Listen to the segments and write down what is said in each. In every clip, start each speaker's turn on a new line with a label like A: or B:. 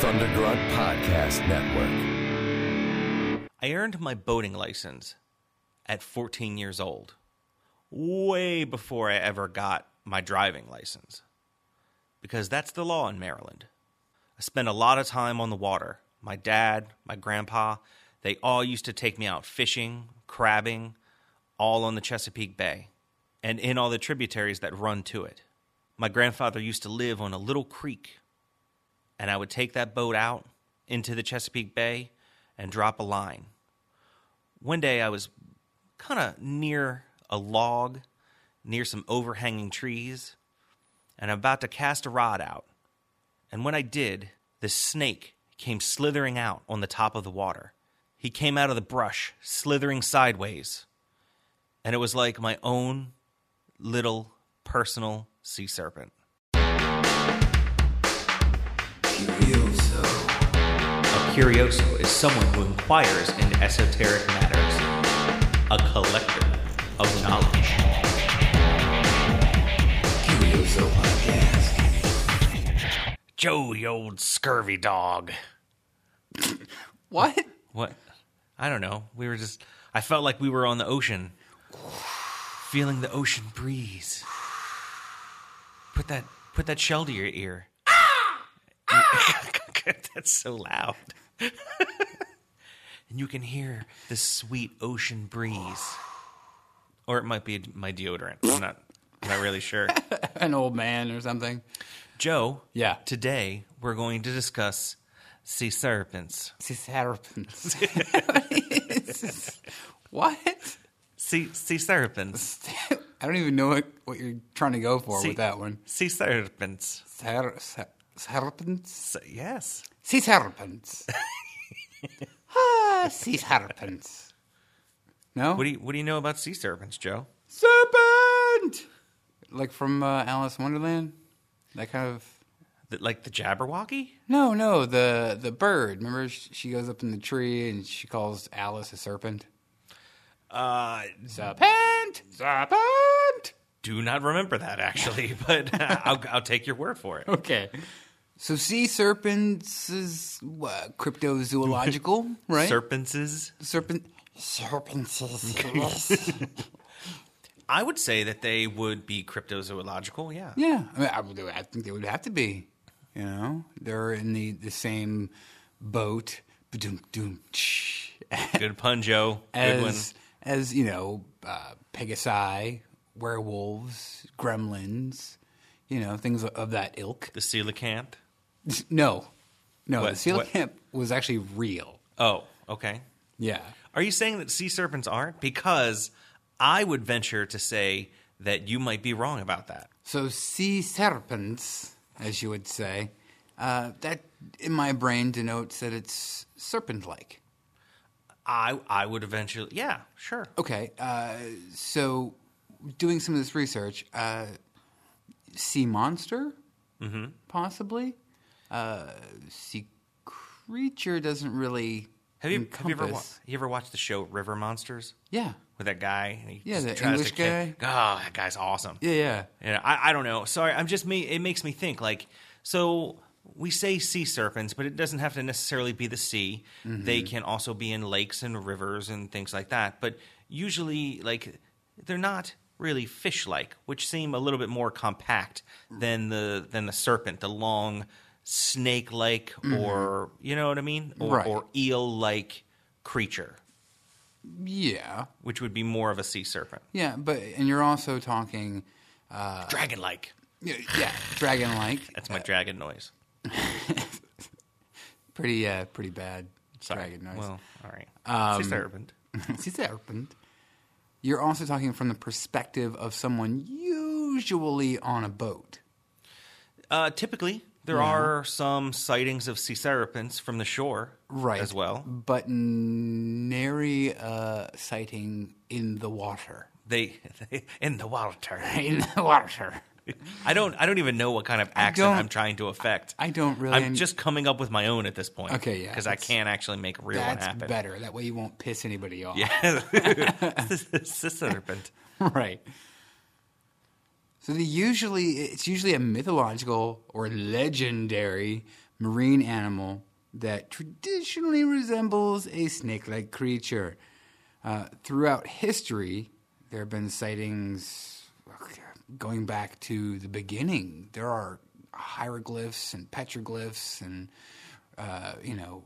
A: Thundergrunt Podcast Network.
B: I earned my boating license at 14 years old, way before I ever got my driving license, because that's the law in Maryland. I spent a lot of time on the water. My dad, my grandpa, they all used to take me out fishing, crabbing, all on the Chesapeake Bay and in all the tributaries that run to it. My grandfather used to live on a little creek and I would take that boat out into the Chesapeake Bay and drop a line. One day I was kind of near a log, near some overhanging trees, and I'm about to cast a rod out. And when I did, this snake came slithering out on the top of the water. He came out of the brush, slithering sideways, and it was like my own little personal sea serpent. A curioso is someone who inquires into esoteric matters, a collector of knowledge.
A: Curioso Podcast.
B: Joe, you old scurvy dog.
C: What?
B: What? I don't know. We were just, I felt like we were on the ocean, feeling the ocean breeze. Put that, put that shell to your ear. That's so loud. and you can hear the sweet ocean breeze. Or it might be my deodorant. I'm not, I'm not really sure.
C: An old man or something?
B: Joe.
C: Yeah.
B: Today we're going to discuss sea serpents.
C: Sea serpents. what?
B: Sea sea serpents.
C: I don't even know what, what you're trying to go for
B: Sea-
C: with that one.
B: Sea serpents.
C: Ser, ser, serpents?
B: So- yes.
C: Sea serpents. ah, sea serpents. No?
B: What do you What do you know about sea serpents, Joe?
C: Serpent! Like from uh, Alice in Wonderland? That kind of.
B: That like the Jabberwocky?
C: No, no, the, the bird. Remember, sh- she goes up in the tree and she calls Alice a serpent?
B: Uh,
C: Serpent! Serpent!
B: do not remember that actually, but I'll I'll take your word for it.
C: Okay. So sea serpents is what, cryptozoological, right?
B: Serpentses.
C: Serpent. Serpents. is-
B: I would say that they would be cryptozoological. Yeah.
C: yeah, I mean, I, would, I think they would have to be. You know, they're in the, the same boat. Ba-dum-dum-tsh,
B: Good pun, Joe. Good one.
C: As as you know, uh, pegasi, werewolves, gremlins, you know, things of that ilk.
B: The coelacanth.
C: No, no,
B: What-
C: the seal
B: what-
C: camp was actually real.
B: Oh, okay.
C: Yeah.
B: Are you saying that sea serpents aren't? Because I would venture to say that you might be wrong about that.
C: So sea serpents, as you would say, uh, that in my brain denotes that it's serpent-like.
B: I I would eventually, yeah, sure.
C: Okay, uh, so doing some of this research, uh, sea monster,
B: Mm-hmm.
C: possibly. Uh, sea creature doesn't really.
B: Have you have you
C: encompass.
B: ever wa- you ever watched the show River Monsters
C: Yeah,
B: with that guy? And he
C: Yeah,
B: just
C: the
B: tries to
C: English
B: kick- Oh, that guy's awesome.
C: yeah, yeah.
B: You know, I I don't know. Sorry, I'm just me. It makes me think like so. We say sea serpents, but it doesn't have to necessarily be the sea. They can also be in lakes and rivers and things like that. But usually, like they're not really fish-like, which seem a little bit more compact than the than the serpent, the long snake-like or you know what I mean, or,
C: Right.
B: or eel-like creature,
C: Yeah,
B: which would be more of a sea serpent,
C: yeah, but and you're also talking,
B: dragon-like.
C: yeah, yeah dragon-like.
B: That's my dragon noise.
C: pretty uh, pretty bad
B: Sorry.
C: dragon noise.
B: Well, all right.
C: Um,
B: sea serpent.
C: Sea serpent. You're also talking from the perspective of someone usually on a boat.
B: Uh, typically, there are some sightings of sea serpents from the shore,
C: Right.
B: As well,
C: But nary a sighting in the water.
B: they in the water.
C: In the water.
B: I don't. I don't even know what kind of accent
C: don't-
B: I'm trying to affect.
C: I don't really.
B: I'm just coming up with my own at this point.
C: Okay, yeah,
B: because I
C: that's-
B: can't actually make a real one
C: That's
B: happen.
C: better. That way you won't piss anybody off.
B: Yeah, sea serpent.
C: right. So the usually it's usually a mythological or legendary marine animal that traditionally resembles a snake like creature. Uh, throughout history, there have been sightings going back to the beginning. There are hieroglyphs and petroglyphs and, uh, you know,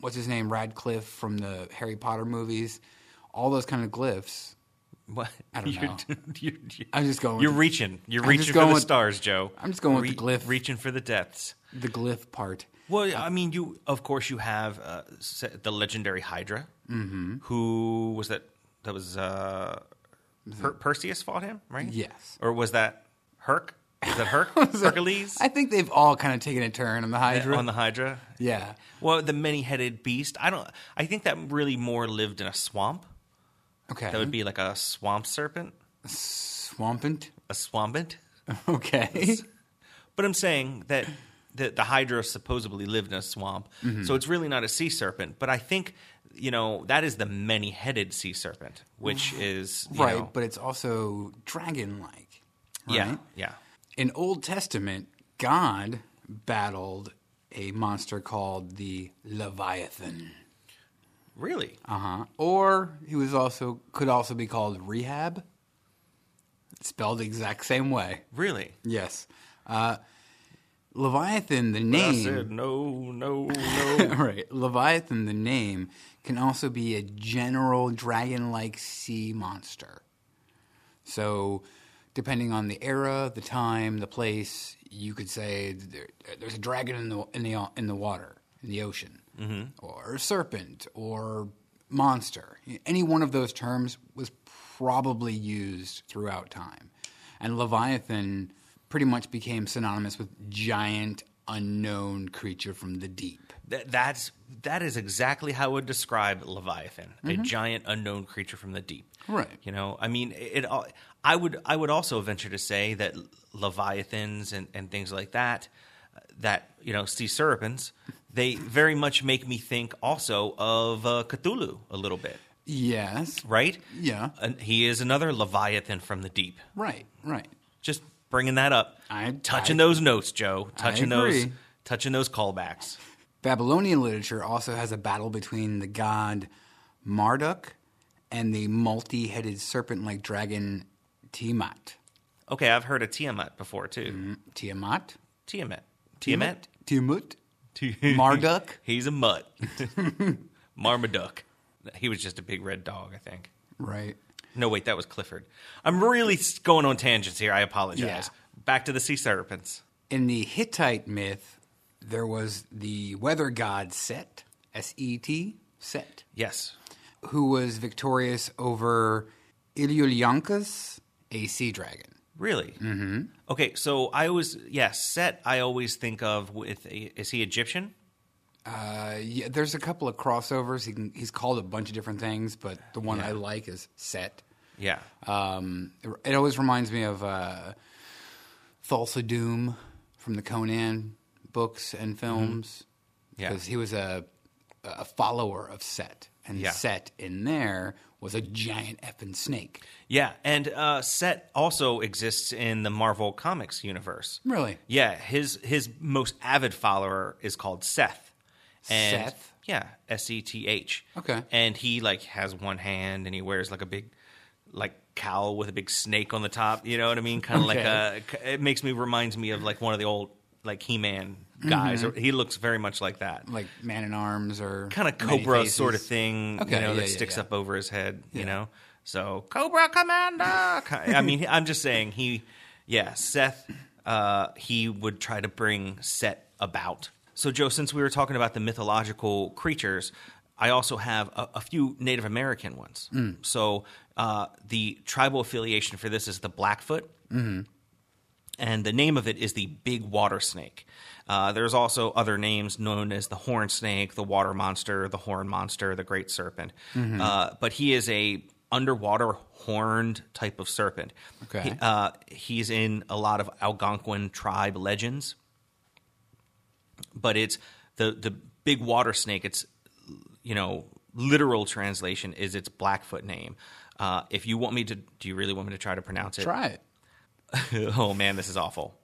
C: what's his name, Radcliffe from the Harry Potter movies, all those kind of glyphs.
B: What?
C: I don't
B: You're-
C: know.
B: you're- you're-
C: I'm just going.
B: You're
C: with
B: reaching. You're
C: I'm just
B: reaching for
C: going
B: the
C: with-
B: stars, Joe.
C: I'm just going with the glyph.
B: Reaching for the depths.
C: the glyph part.
B: Well,
C: Uh,
B: I mean, you of course you have uh, se- the legendary Hydra, mm-hmm. who was that? That was uh, per- Perseus fought him, right?
C: Yes.
B: Or was that Herc? Is that Herc? Hercules
C: I think they've all kind of taken a turn on the Hydra.
B: on the Hydra.
C: yeah,
B: Well, the many-headed beast. I don't. I think that really more lived in a swamp.
C: okay.
B: That
C: Mm-hmm.
B: would be like a swamp serpent,
C: swampant.
B: a swampant.
C: Okay,
B: But I'm saying that the, the Hydra supposedly lived in a swamp,
C: Mm-hmm.
B: so it's really not a sea serpent. But I think you know that is the many-headed sea serpent, which is you
C: right,
B: know-
C: but it's also dragon-like. Right?
B: yeah, yeah,
C: In Old Testament, God battled a monster called the Leviathan.
B: really.
C: Uh-huh. Or he was also could also be called Rehab. It's spelled the exact same way.
B: Really?
C: Yes. Uh, Leviathan, the name.
B: no, no, no.
C: right. Leviathan, the name, can also be a general dragon like sea monster. So, depending on the era, the time, the place, you could say that there, there's a dragon in the, in the, in the water, in the ocean, or a serpent, or monster. Any one of those terms was probably used throughout time. And Leviathan pretty much became synonymous with giant, unknown creature from the deep.
B: Th- that's that is exactly how I would describe Leviathan, a giant unknown creature from the deep.
C: Mm-hmm. Right.
B: You know, I mean, it. all- I would I would also venture to say that Leviathans and and things like that, uh, that you know, sea serpents, they very much make me think also of uh, Cthulhu a little bit,
C: Yes.
B: right?
C: Yeah.
B: And he is another Leviathan from the deep.
C: Right, right.
B: Just bringing that up.
C: I-
B: touching
C: I-
B: those notes, Joe. Touching those.
C: agree.
B: Touching those callbacks.
C: Babylonian literature also has a battle between the god Marduk and the multi headed serpent like dragon Tiamat.
B: Okay, I've heard of Tiamat before too.
C: Mm-hmm. Tiamat?
B: Tiamat. Tiamat.
C: Tiamut?
B: Ti-
C: Marduk?
B: He's a mutt. Marmaduck. He was just a big red dog, I think.
C: Right.
B: No, wait, that was Clifford. I'm really s- going on tangents here. I apologize. Back to the sea serpents.
C: In the Hittite myth, there was the weather god Set, S E T, Set,
B: Yes.
C: who was victorious over Ilulyankas, a sea dragon.
B: Really? Mm-hmm. Okay, so I always, yes, Set, I always think of with, is he Egyptian?
C: Uh, yeah, there's a couple of crossovers. He can, he's called a bunch of different things, but the one I like is Set.
B: Yeah.
C: Um, it, it always reminds me of uh, Thulsa Doom from the Conan books and films
B: Mm-hmm. Yeah.
C: because he was a, a follower of Set, and
B: Yeah.
C: Set in there was a giant effing snake.
B: Yeah, and uh, Set also exists in the Marvel Comics universe.
C: Really?
B: Yeah, his his most avid follower is called Seth. And,
C: Seth?
B: Yeah, S E T H.
C: Okay.
B: And he like has one hand and he wears like a big like cowl with a big snake on the top. You know what I mean? Kind of
C: Okay.
B: like a. It makes me reminds me of like one of the old like He Man guys.
C: Mm-hmm.
B: Or He looks very much like that.
C: Like Man in Arms or
B: kind of
C: Many
B: cobra
C: Faces.
B: sort of thing,
C: Okay,
B: you know,
C: yeah,
B: that
C: yeah,
B: sticks
C: yeah.
B: up over his head, you know. So Cobra Commander. ki- I mean, I'm just saying he, yeah, Seth. Uh, he would try to bring Set about. So Joe, since we were talking about the mythological creatures, I also have a, a few Native American ones.
C: Mm.
B: So uh, the tribal affiliation for this is the Blackfoot and the name of it is the big water snake. Uh, there's also other names known as the horn snake, the water monster, the horn monster, the great serpent. Uh, but he is a underwater horned type of serpent.
C: Okay.
B: He- uh, he's in a lot of Algonquin tribe legends, but it's the the big water snake. It's you know literal translation is its Blackfoot name. Uh, if you want me to, do you really want me to try to pronounce it?
C: Try it.
B: oh man, this is awful.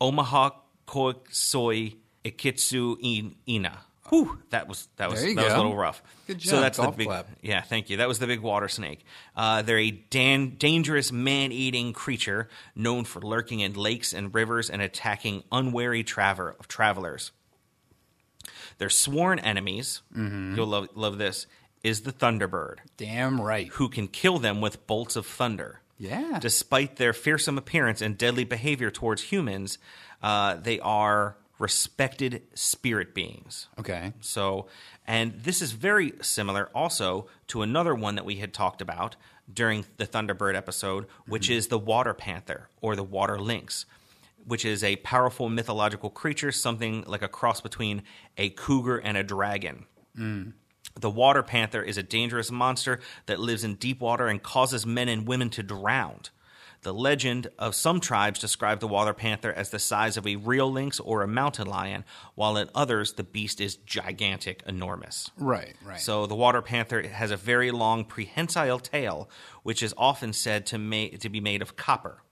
B: Omaha Koikisoi Ikitsu In- Ina. Whew, that was that was
C: There you
B: that was a
C: go.
B: little rough.
C: Good
B: So
C: job.
B: that's the
C: Golf
B: big
C: clap.
B: yeah, thank you. That was the big water snake. Uh, they're a dan- dangerous man-eating creature known for lurking in lakes and rivers and attacking unwary traver- travelers. Their sworn enemies,
C: Mm-hmm.
B: you'll love, love this, is the Thunderbird,
C: Damn right.
B: who can kill them with bolts of thunder.
C: Yeah.
B: Despite their fearsome appearance and deadly behavior towards humans, uh, they are respected spirit beings.
C: Okay.
B: So, and this is very similar also to another one that we had talked about during the Thunderbird episode, which is the Water Panther or the Water Lynx, which is a powerful mythological creature, something like a cross between a cougar and a dragon. The Water Panther is a dangerous monster that lives in deep water and causes men and women to drown. The legend of some tribes describe the Water Panther as the size of a real lynx or a mountain lion, while in others, the beast is gigantic, enormous.
C: Right. Right.
B: So the water panther has a very long prehensile tail, which is often said to ma- to be made of copper.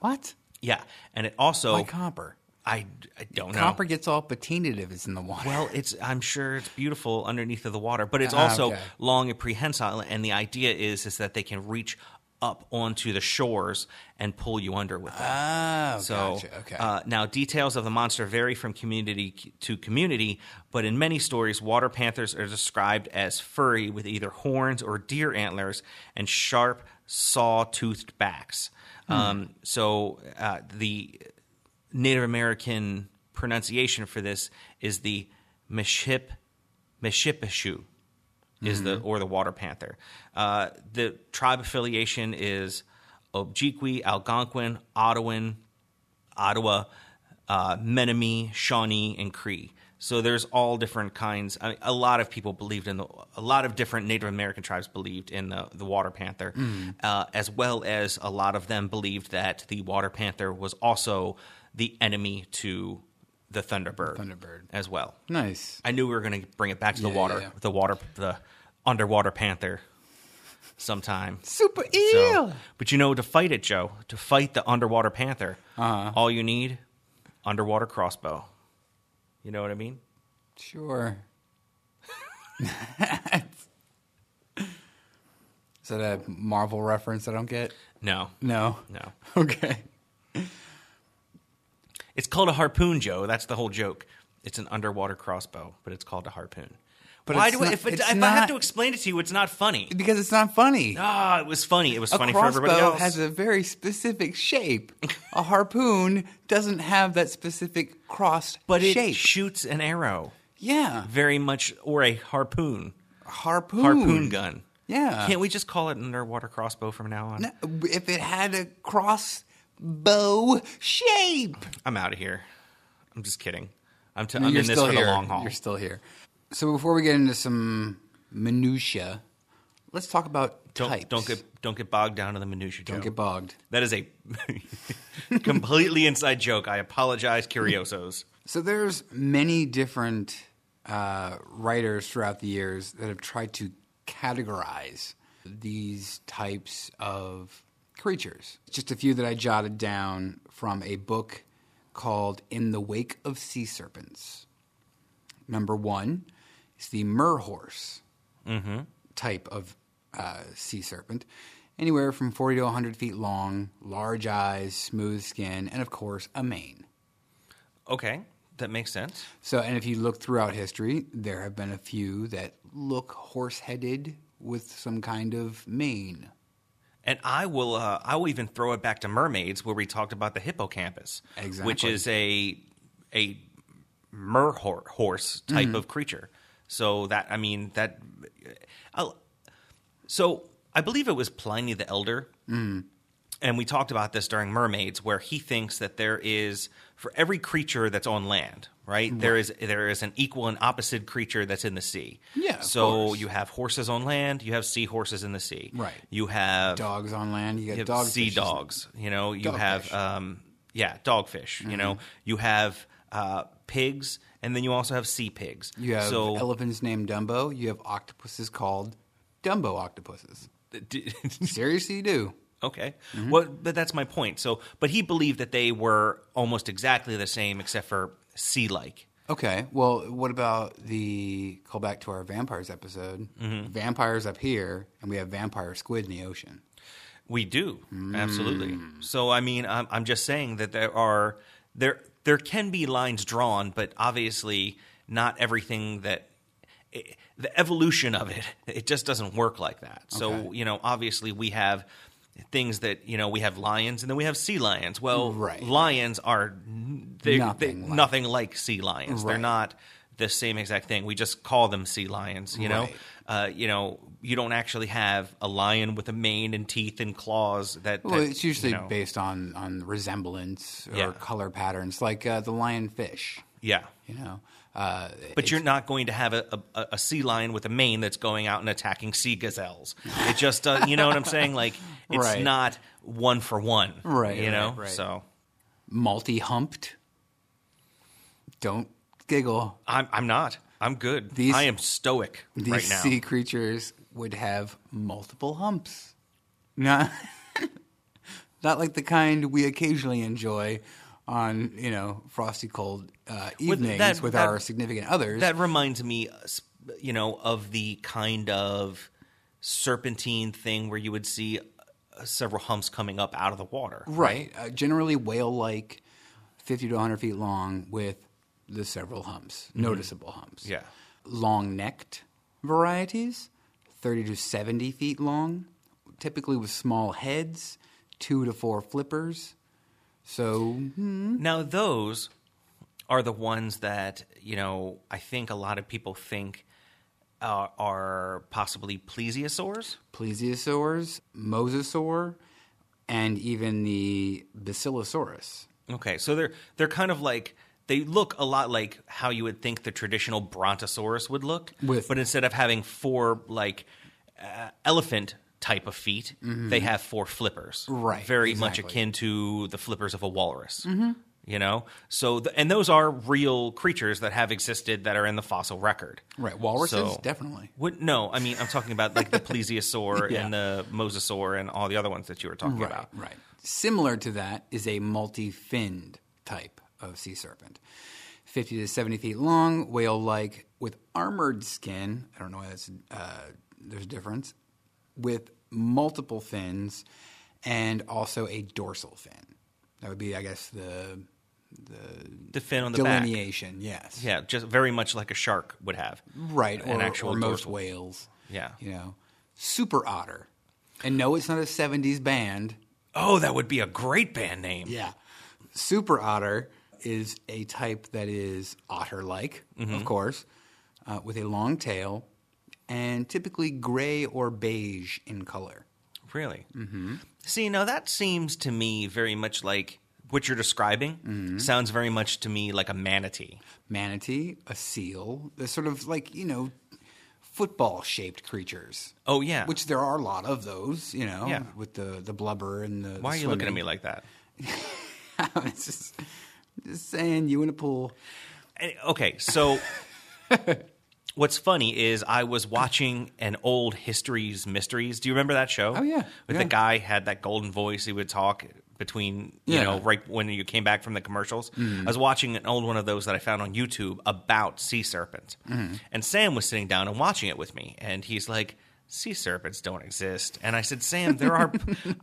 C: what?
B: Yeah, and it also
C: Why copper?
B: I, I don't know.
C: Copper gets all patinaed if it's in the water.
B: Well, it's I'm sure it's beautiful underneath of the water, but it's
C: Ah,
B: also
C: okay.
B: long and prehensile, and the idea is is that they can reach up onto the shores and pull you under with them.
C: oh,
B: So
C: gotcha. Okay.
B: uh, now details of the monster vary from community c- to community, but in many stories, water panthers are described as furry with either horns or deer antlers and sharp, saw-toothed backs.
C: Hmm.
B: Um, so uh, the Native American pronunciation for this is the Meship Meshipishu is the or the water panther. Uh, the tribe affiliation is Objequy, Algonquin, Ottawan, Ottawa, uh, Menomee, Shawnee, and Cree. So there's all different kinds. I mean, a lot of people believed in the. A lot of different Native American tribes believed in the the water panther, uh, as well as a lot of them believed that the water panther was also the enemy to the Thunderbird.
C: Thunderbird.
B: as well.
C: nice.
B: I knew we were going to bring it back to the
C: Yeah,
B: water,
C: yeah.
B: the water, the underwater panther, sometime.
C: Super
B: So-
C: eel.
B: but you know, to fight it, Joe, to fight the underwater panther,
C: Uh-huh.
B: all you need underwater crossbow. You know what I mean?
C: Sure. Is that a Marvel reference I don't get?
B: No,
C: No.
B: no.
C: Okay.
B: It's called a harpoon, Joe. That's the whole joke. It's an underwater crossbow, but it's called a harpoon.
C: But
B: Why
C: it's
B: do I,
C: not-
B: if, it,
C: it's
B: if I have
C: not-
B: to explain it to you, it's not funny.
C: Because it's not funny.
B: Ah, it was funny. It was
C: a
B: funny for
C: crossbow
B: everybody else.
C: has a very specific shape. a harpoon doesn't have that specific crossed
B: but it
C: shape.
B: shoots an arrow.
C: yeah.
B: very much or a harpoon
C: Harpoon.
B: harpoon gun.
C: Yeah.
B: Can't we just call it an underwater crossbow from now on?
C: No, if it had a crossbow shape.
B: I'm out of here. I'm just kidding. I'm, t- I'm
C: You're
B: in this
C: still
B: for
C: here.
B: the long haul.
C: You're still here. So before we get into some minutia, let's talk about
B: don't
C: types.
B: don't get don't get bogged down in the minutia.
C: don't get bogged.
B: that is a completely inside joke. I apologize, curiosos.
C: So there's many different uh, writers throughout the years that have tried to categorize these types of creatures. Just a few that I jotted down from a book called In the Wake of Sea Serpents. Number one is the mer horse type of uh, sea serpent, anywhere from 40 to 100 feet long, large eyes, smooth skin, and of course, a mane.
B: Okay, that makes sense.
C: So, and if you look throughout history, there have been a few that look horse headed with some kind of mane.
B: And I will uh, I will even throw it back to mermaids where we talked about the hippocampus, which
C: Exactly.
B: is a a mer hor- horse type
C: Mm-hmm.
B: of creature. So that I mean that i so I believe it was Pliny the Elder.
C: Mm.
B: And we talked about this during Mermaids, where he thinks that there is for every creature that's on land, right? There is there is an equal and opposite creature that's in the sea.
C: Yeah, of
B: So
C: course.
B: you have horses on land, you have seahorses in the sea.
C: Right.
B: You have
C: Dogs on land, you got
B: you have
C: dogs.
B: sea dogs. You know, you have
C: Dogfish. Mm-hmm.
B: um, yeah, dogfish. You know, you have uh, pigs, and then you also have sea pigs.
C: You have
B: so
C: elephants named Dumbo. You have octopuses called Dumbo octopuses.
B: d-
C: Seriously, you do.
B: Okay.
C: Mm-hmm.
B: Well, but that's my point. So, but he believed that they were almost exactly the same, except for sea-like.
C: Okay. Well, what about the call back to our vampires episode?
B: Mm-hmm.
C: Vampires up here, and we have vampire squid in the ocean.
B: We do absolutely.
C: Hmm.
B: So, I mean, I'm, I'm just saying that there are there there can be lines drawn, but obviously not everything that. It, the evolution of it, it just doesn't work like that. So,
C: Okay.
B: you know, obviously we have things that, you know, we have lions and then we have sea lions. Well,
C: Right.
B: lions are n- they, nothing,
C: Nothing
B: they,
C: like-
B: nothing like sea lions. They're
C: Right.
B: not the same exact thing. We just call them sea lions. You know,
C: Right.
B: uh, you know, you don't actually have a lion with a mane and teeth and claws. That,
C: Well,
B: that,
C: it's usually
B: you know-
C: based on on resemblance or
B: Yeah.
C: color patterns, like uh, the lionfish.
B: yeah.
C: You know, uh,
B: But you're not going to have a, a, a sea lion with a mane that's going out and attacking sea gazelles. It just, uh, you know what I'm saying? Like, it's
C: Right.
B: not one for one,
C: Right,
B: You know,
C: right, right.
B: so
C: multi-humped. Don't giggle.
B: I'm I'm not. I'm good.
C: These-
B: I am stoic
C: These
B: right now.
C: sea creatures would have multiple humps. Not, not like the kind we occasionally enjoy on you know frosty cold uh,
B: With
C: evenings with,
B: that- that-
C: our significant others.
B: That reminds me, uh, s- you know, of the kind of serpentine thing where you would see uh, several humps coming up out of the water.
C: Right. Uh, generally whale like, 50 to 100 feet long with the several humps, noticeable humps.
B: Yeah.
C: Long necked varieties, 30 to 70 feet long, typically with small heads, two to four flippers. So, hmm,
B: Now, those are the ones that, you know, I think a lot of people think are, are possibly plesiosaurs.
C: plesiosaurs, mosasaur, and even the basilosaurus.
B: Okay, so they're they're kind of like they look a lot like how you would think the traditional brontosaurus would look,
C: With-
B: but instead of having four like uh, elephant type of feet, they have four flippers.
C: Mm-hmm. Right,
B: very much
C: exactly. Mm-hmm.
B: akin to the flippers of a walrus. You know, so th- and those are real creatures that have existed that are in the fossil record.
C: Right. Walruses,
B: So-
C: definitely.
B: Would, no, I mean I'm talking about like the plesiosaur
C: Yeah.
B: and the mosasaur and all the other ones that you were talking
C: Right,
B: about.
C: right. Similar to that is a multi-finned type of sea serpent, fifty to seventy feet long, whale-like, with armored skin. I don't know why that's uh, there's a difference. With multiple fins, and also a dorsal fin. That would be, I guess, the
B: The fin on the back.
C: delineation. Yes.
B: Yeah, just very much like a shark would have.
C: Right.
B: An
C: or,
B: actual
C: or most
B: dorsal.
C: whales.
B: Yeah.
C: You know, super otter, and no, it's not a '70s band.
B: Oh, that would be a great band name.
C: Yeah. Super otter is a type that is otter like,
B: Mm-hmm.
C: of course, uh, with a long tail and typically gray or beige in color.
B: Really? Mm-hmm. See, now that seems to me very much like what you're describing sounds very much to me like a manatee.
C: Manatee, a seal, they're sort of like, you know, football shaped creatures.
B: Oh, yeah.
C: Which there are a lot of those, you know,
B: Yeah.
C: with the, the blubber and the.
B: Why are you looking at me like that?
C: like? it's just, just saying, you in a pool.
B: Eh, Okay, so what's funny is I was watching an old History's Mysteries. Do you remember that show?
C: Oh, yeah,
B: With
C: yeah.
B: the guy had that golden voice. He would talk between you
C: Yeah. Mm-hmm.
B: know right when you came back from the commercials. I was watching an old one of those that I found on YouTube about sea serpents,
C: Mm-hmm.
B: and Sam was sitting down and watching it with me, and he's like. Sea serpents don't exist, and I said, "Sam, there are.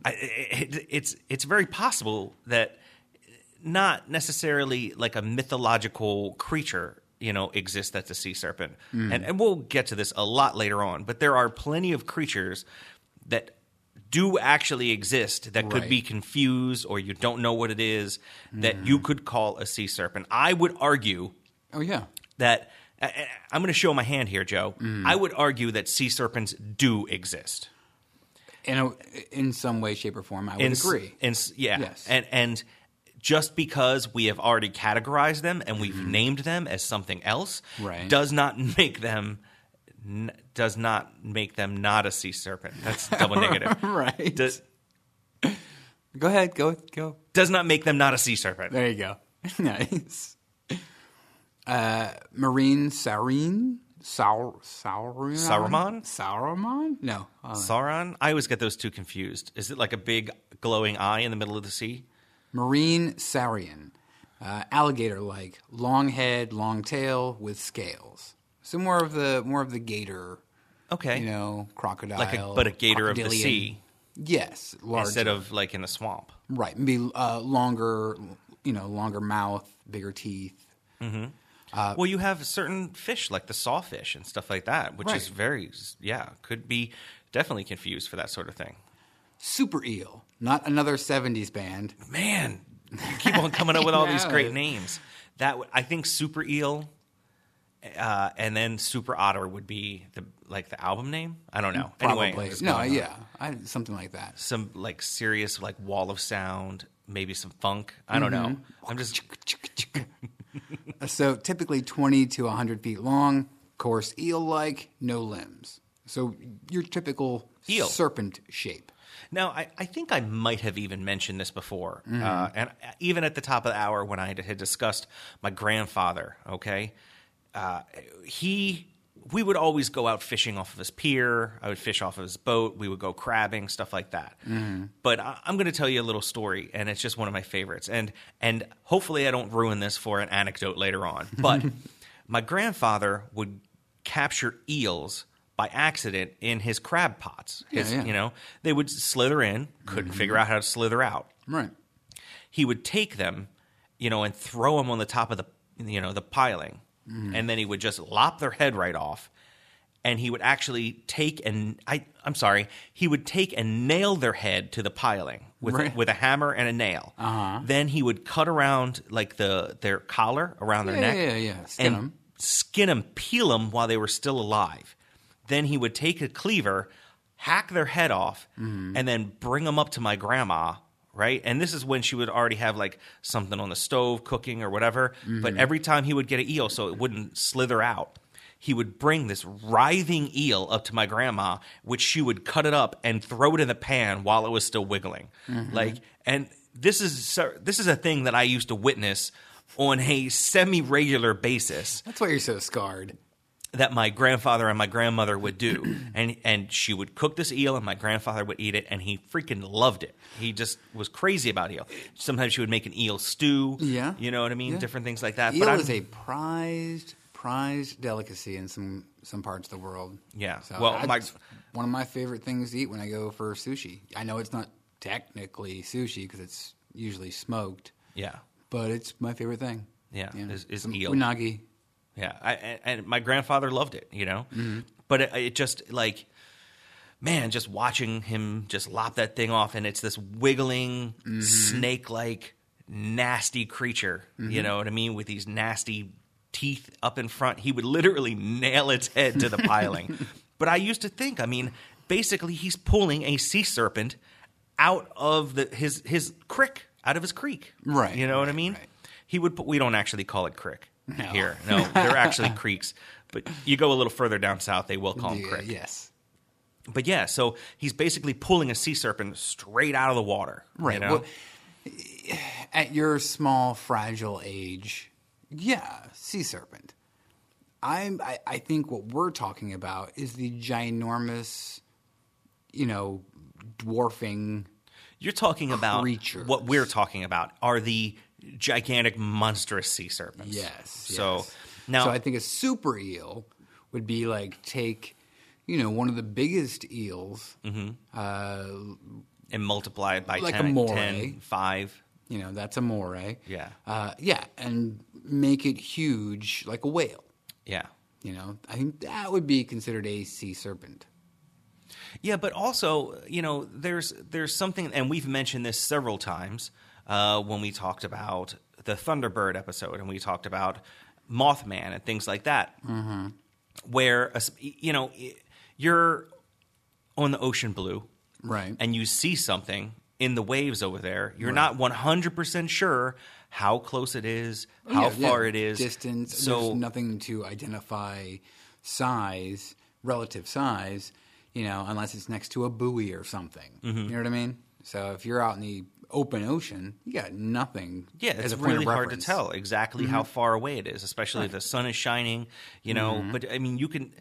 B: I, it, it's it's very possible that not necessarily like a mythological creature, you know, exists that's a sea serpent. And, and we'll get to this a lot later on, but there are plenty of creatures that do actually exist that could
C: Right.
B: be confused or you don't know what it is that you could call a sea serpent. I would argue
C: Oh, yeah.
B: that. I- I- I'm going to show my hand here, Joe. I would argue that sea serpents do exist.
C: In, a, in some way, shape, or form, I would
B: In s-
C: agree.
B: in s- yeah.
C: Yes.
B: And and just because we have already categorized them and we've named them as something else,
C: Mm-hmm. Right.
B: does not make them n- does not make them not a sea serpent. That's double negative.
C: Right.
B: Does,
C: Go ahead. Go go.
B: does not make them not a sea serpent.
C: There you go. nice. Uh, marine saurine Saur, Sauron?
B: Saruman?
C: Sauron? No. Uh,
B: Sauron? I always get those two confused. Is it like a big glowing eye in the middle of the sea?
C: marine saurian. Uh, alligator like, long head, long tail with scales. So more of the more of the gator,
B: Okay.
C: you know, crocodile.
B: like a, but a gator of the
C: crocodilian.
B: sea
C: Yes, large.
B: instead of like in a swamp.
C: right, and be uh, longer, you know, longer mouth, bigger teeth.
B: well, you have certain fish like the sawfish and stuff like that, which is
C: Right.
B: very yeah, could be definitely confused for that sort of thing.
C: Super eel, not another '70s band.
B: Man, you keep on coming up with all these
C: know.
B: great names. That w- I think Super Eel uh, and then Super Otter would be the like the album name. I don't know.
C: Probably
B: Anyway, I'm just
C: no,
B: going on.
C: yeah, I, something like that.
B: some like serious like wall of sound, maybe some funk. I
C: Mm-hmm.
B: don't know. I'm just
C: so typically 20 to 100 feet long, coarse eel like, no limbs. So your typical
B: Eel.
C: serpent shape.
B: Now, I, I think I might have even mentioned this before, uh, and even at the top of the hour when I had, had discussed my grandfather. Okay, uh, he we would always go out fishing off of his pier. I would fish off of his boat. We would go crabbing, stuff like that.
C: Mm-hmm.
B: But I, I'm going to tell you a little story, and it's just one of my favorites. And and hopefully I don't ruin this for an anecdote later on. But my grandfather would capture eels by accident in his crab pots. His,
C: yeah. Mm-hmm.
B: You know, they would slither in, couldn't figure out how to slither out.
C: Right.
B: He would take them, you know, and throw them on the top of the, you know, the piling,
C: Mm.
B: and then he would just lop their head right off. And he would actually take and I, I'm sorry, he would take and nail their head to the piling with
C: Right.
B: with a hammer and a nail. Uh-huh. Then he would cut around like the their collar around their
C: Yeah,
B: neck.
C: yeah, yeah. Skin
B: and
C: 'em.
B: skin them, peel them while they were still alive. Then he would take a cleaver, hack their head off, and then bring them up to my grandma. Right, and this is when she would already have like something on the stove cooking or whatever. But every time he would get an eel, so it wouldn't slither out, he would bring this writhing eel up to my grandma, which she would cut it up and throw it in the pan while it was still wiggling.
C: Mm-hmm.
B: Like, and this is so- this is a thing that I used to witness on a semi-regular basis
C: That's why you're so scarred.
B: that my grandfather and my grandmother would do. and and she would cook this eel and my grandfather would eat it and he freaking loved it. He just was crazy about eel. Sometimes she would make an eel stew.
C: Yeah.
B: You know what I mean?
C: Yeah.
B: Different things like that.
C: Eel
B: I'm-
C: is a prized, prized delicacy in some, some parts of the world.
B: Yeah.
C: So
B: Well,
C: I-
B: my-
C: it's one of my favorite things to eat when I go for sushi. I know it's not technically sushi because it's usually smoked,
B: Yeah.
C: but it's my favorite thing.
B: Yeah, is- is
C: Some
B: eel.
C: Unagi.
B: Yeah, I, and- and my grandfather loved it, you know. But it, it just like, man, just watching him just lop that thing off, and it's this wiggling snake-like nasty creature. You know what I mean? With these nasty teeth up in front, he would literally nail its head to the piling. But I used to think, I mean, basically, he's pulling a sea serpent out of the his his crick, out of his creek.
C: Right,
B: You know what I
C: right,
B: mean?
C: right.
B: He would put. We don't actually call it crick here. No, they're actually creeks. But you go a little further down south, they will call them
C: Yeah,
B: crick.
C: Yes.
B: But yeah, so he's basically pulling a sea serpent straight out of the water. you
C: Right.
B: know?
C: Well, at your small, fragile age, yeah, sea serpent. I'm, I, I think what we're talking about is the ginormous, you know, dwarfing.
B: You're talking about
C: Creatures.
B: what we're talking about are the gigantic, monstrous sea serpents.
C: Yes.
B: So
C: yes.
B: now
C: so I think a super eel would be like take, you know, one of the biggest eels,
B: and multiply it by
C: Like a
B: 10,
C: moray.
B: 10, 5.
C: you know, that's a moray.
B: Yeah.
C: Uh, yeah, and make it huge like a whale.
B: Yeah.
C: You know, I think that would be considered a sea serpent.
B: Yeah, but also, you know, there's there's something, and we've mentioned this several times uh, when we talked about the Thunderbird episode, and we talked about Mothman and things like that, mm-hmm. where a s- you know i- you're on the ocean blue,
C: Right.
B: and you see something in the waves over there. You're not 100 percent sure how close it is, how
C: Yeah, yeah.
B: far it is,
C: Distance.
B: So
C: There's nothing to identify size, relative
B: Mm-hmm.
C: size, you know, unless it's next to a buoy or something. You know what I mean? So if you're out in the open ocean, you got nothing.
B: Yeah,
C: as
B: it's
C: a point
B: really
C: of
B: hard to
C: reference. Mm-hmm.
B: tell exactly how far away it is, especially if the sun is shining, you know. But I mean, you can,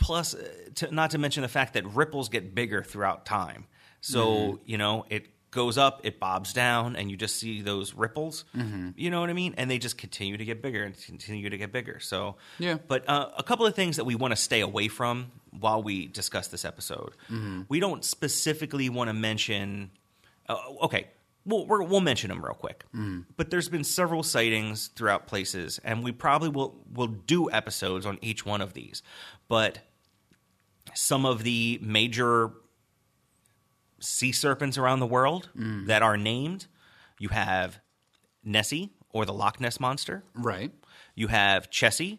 B: plus, uh, to, not to mention the fact that ripples get bigger throughout time. So,
C: Mm-hmm.
B: you know, it goes up, it bobs down, and you just see those ripples,
C: Mm-hmm.
B: you know what I mean? And they just continue to get bigger and continue to get bigger. So,
C: Yeah.
B: But uh, a couple of things that we want to stay away from while we discuss this episode we don't specifically want to mention. Uh, okay, we'll, we're, we'll mention them real quick. But there's been several sightings throughout places, and we probably will will do episodes on each one of these. But some of the major sea serpents around the world that are named, you have Nessie or the Loch Ness monster.
C: Right.
B: You have Chessie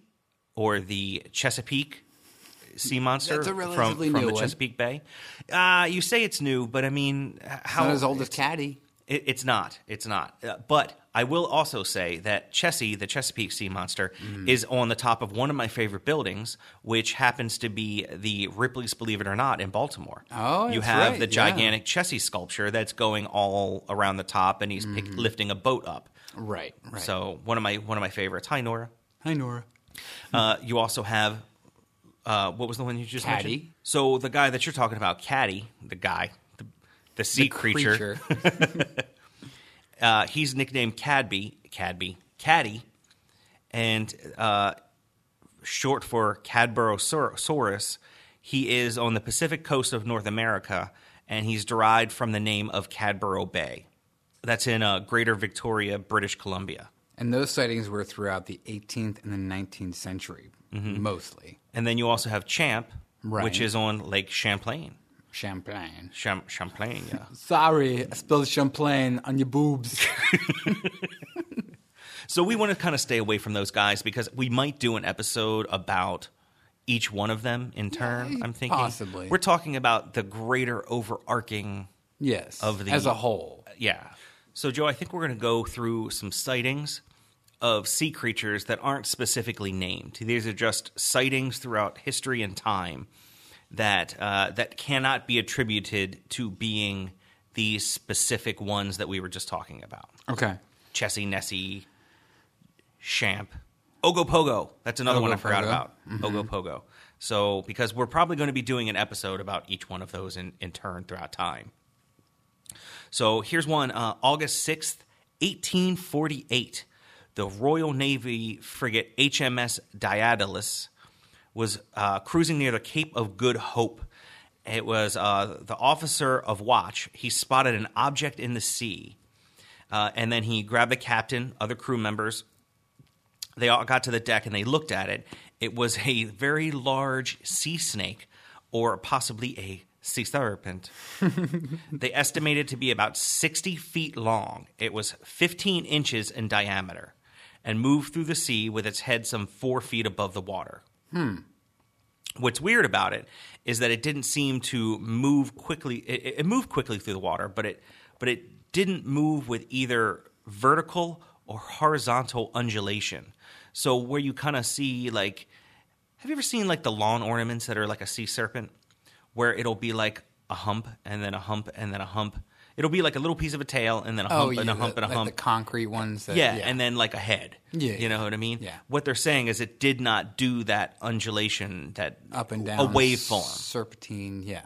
B: or the Chesapeake sea monster
C: That's a
B: from, from
C: relatively new
B: the
C: one.
B: Chesapeake Bay. Uh, you say it's new, but I mean, h- how
C: Not as old as Caddy.
B: it, it's not. It's not. Uh, but I will also say that Chessie, the Chesapeake sea monster,
C: Mm-hmm.
B: is on the top of one of my favorite buildings, which happens to be the Ripley's Believe It or Not in Baltimore.
C: Oh,
B: you
C: that's
B: have
C: right,
B: the
C: yeah.
B: gigantic Chessie sculpture that's going all around the top, and he's pick, lifting a boat up.
C: Right. Mm-hmm. Right.
B: So one of my one of my favorites. Hi, Nora.
C: Hi, Nora.
B: Uh, you also have uh, what was the one you just
C: Caddy.
B: mentioned? So the guy that you're talking about, Caddy, the guy, the, the sea creature, Uh, he's nicknamed Cadby, Cadby, Caddy, and uh, short for Cadborosaurus. He is on the Pacific coast of North America, and he's derived from the name of Cadborough Bay. That's in uh, Greater Victoria, British Columbia.
C: And those sightings were throughout the 18th and the 19th century,
B: Mm-hmm.
C: mostly.
B: And then you also have Champ,
C: Right.
B: which is on Lake Champlain.
C: Champlain.
B: Cham- Champlain, yeah.
C: Sorry, I spilled Champlain on your boobs.
B: so we want to kind of stay away from those guys because we might do an episode about each one of them in turn. I'm thinking
C: possibly.
B: we're talking about the greater overarching,
C: yes.
B: Of the-
C: as a whole.
B: yeah. So Joe, I think we're going to go through some sightings of sea creatures that aren't specifically named. These are just sightings throughout history and time that uh, that cannot be attributed to being these specific ones that we were just talking about.
C: Okay.
B: Chessie Nessie, Champ, Ogopogo. That's another one I forgot
C: Ogopogo.
B: about. Ogopogo. So because we're probably going to be doing an episode about each one of those in, in turn throughout time. So here's one: uh, August sixth, eighteen forty-eight, the Royal Navy frigate HMS Daedalus was uh, cruising near the Cape of Good Hope. It was uh, the officer of watch. He spotted an object in the sea. Uh, and then he grabbed the captain, other crew members. They all got to the deck and they looked at it. It was a very large sea snake, or possibly a sea serpent. they estimated to be about 60 feet long. It was 15 inches in diameter and moved through the sea with its head some four feet above the water. What's weird about it is that it didn't seem to move quickly. It, it- it moved quickly through the water, but it but it didn't move with either vertical or horizontal undulation. So where you kind of see like, have you ever seen like the lawn ornaments that are like a sea serpent, where it'll be like a hump and then a hump and then a hump. It'll be like a little piece of a tail and then a hump and a
C: the-
B: hump and a
C: Oh, like
B: hump
C: The concrete ones. That,
B: yeah, and then like a head.
C: Yeah,
B: you know
C: yeah,
B: what I mean.
C: yeah.
B: What they're saying is it did not do that undulation, that
C: up and down.
B: a wave form.
C: Serpentine, yeah.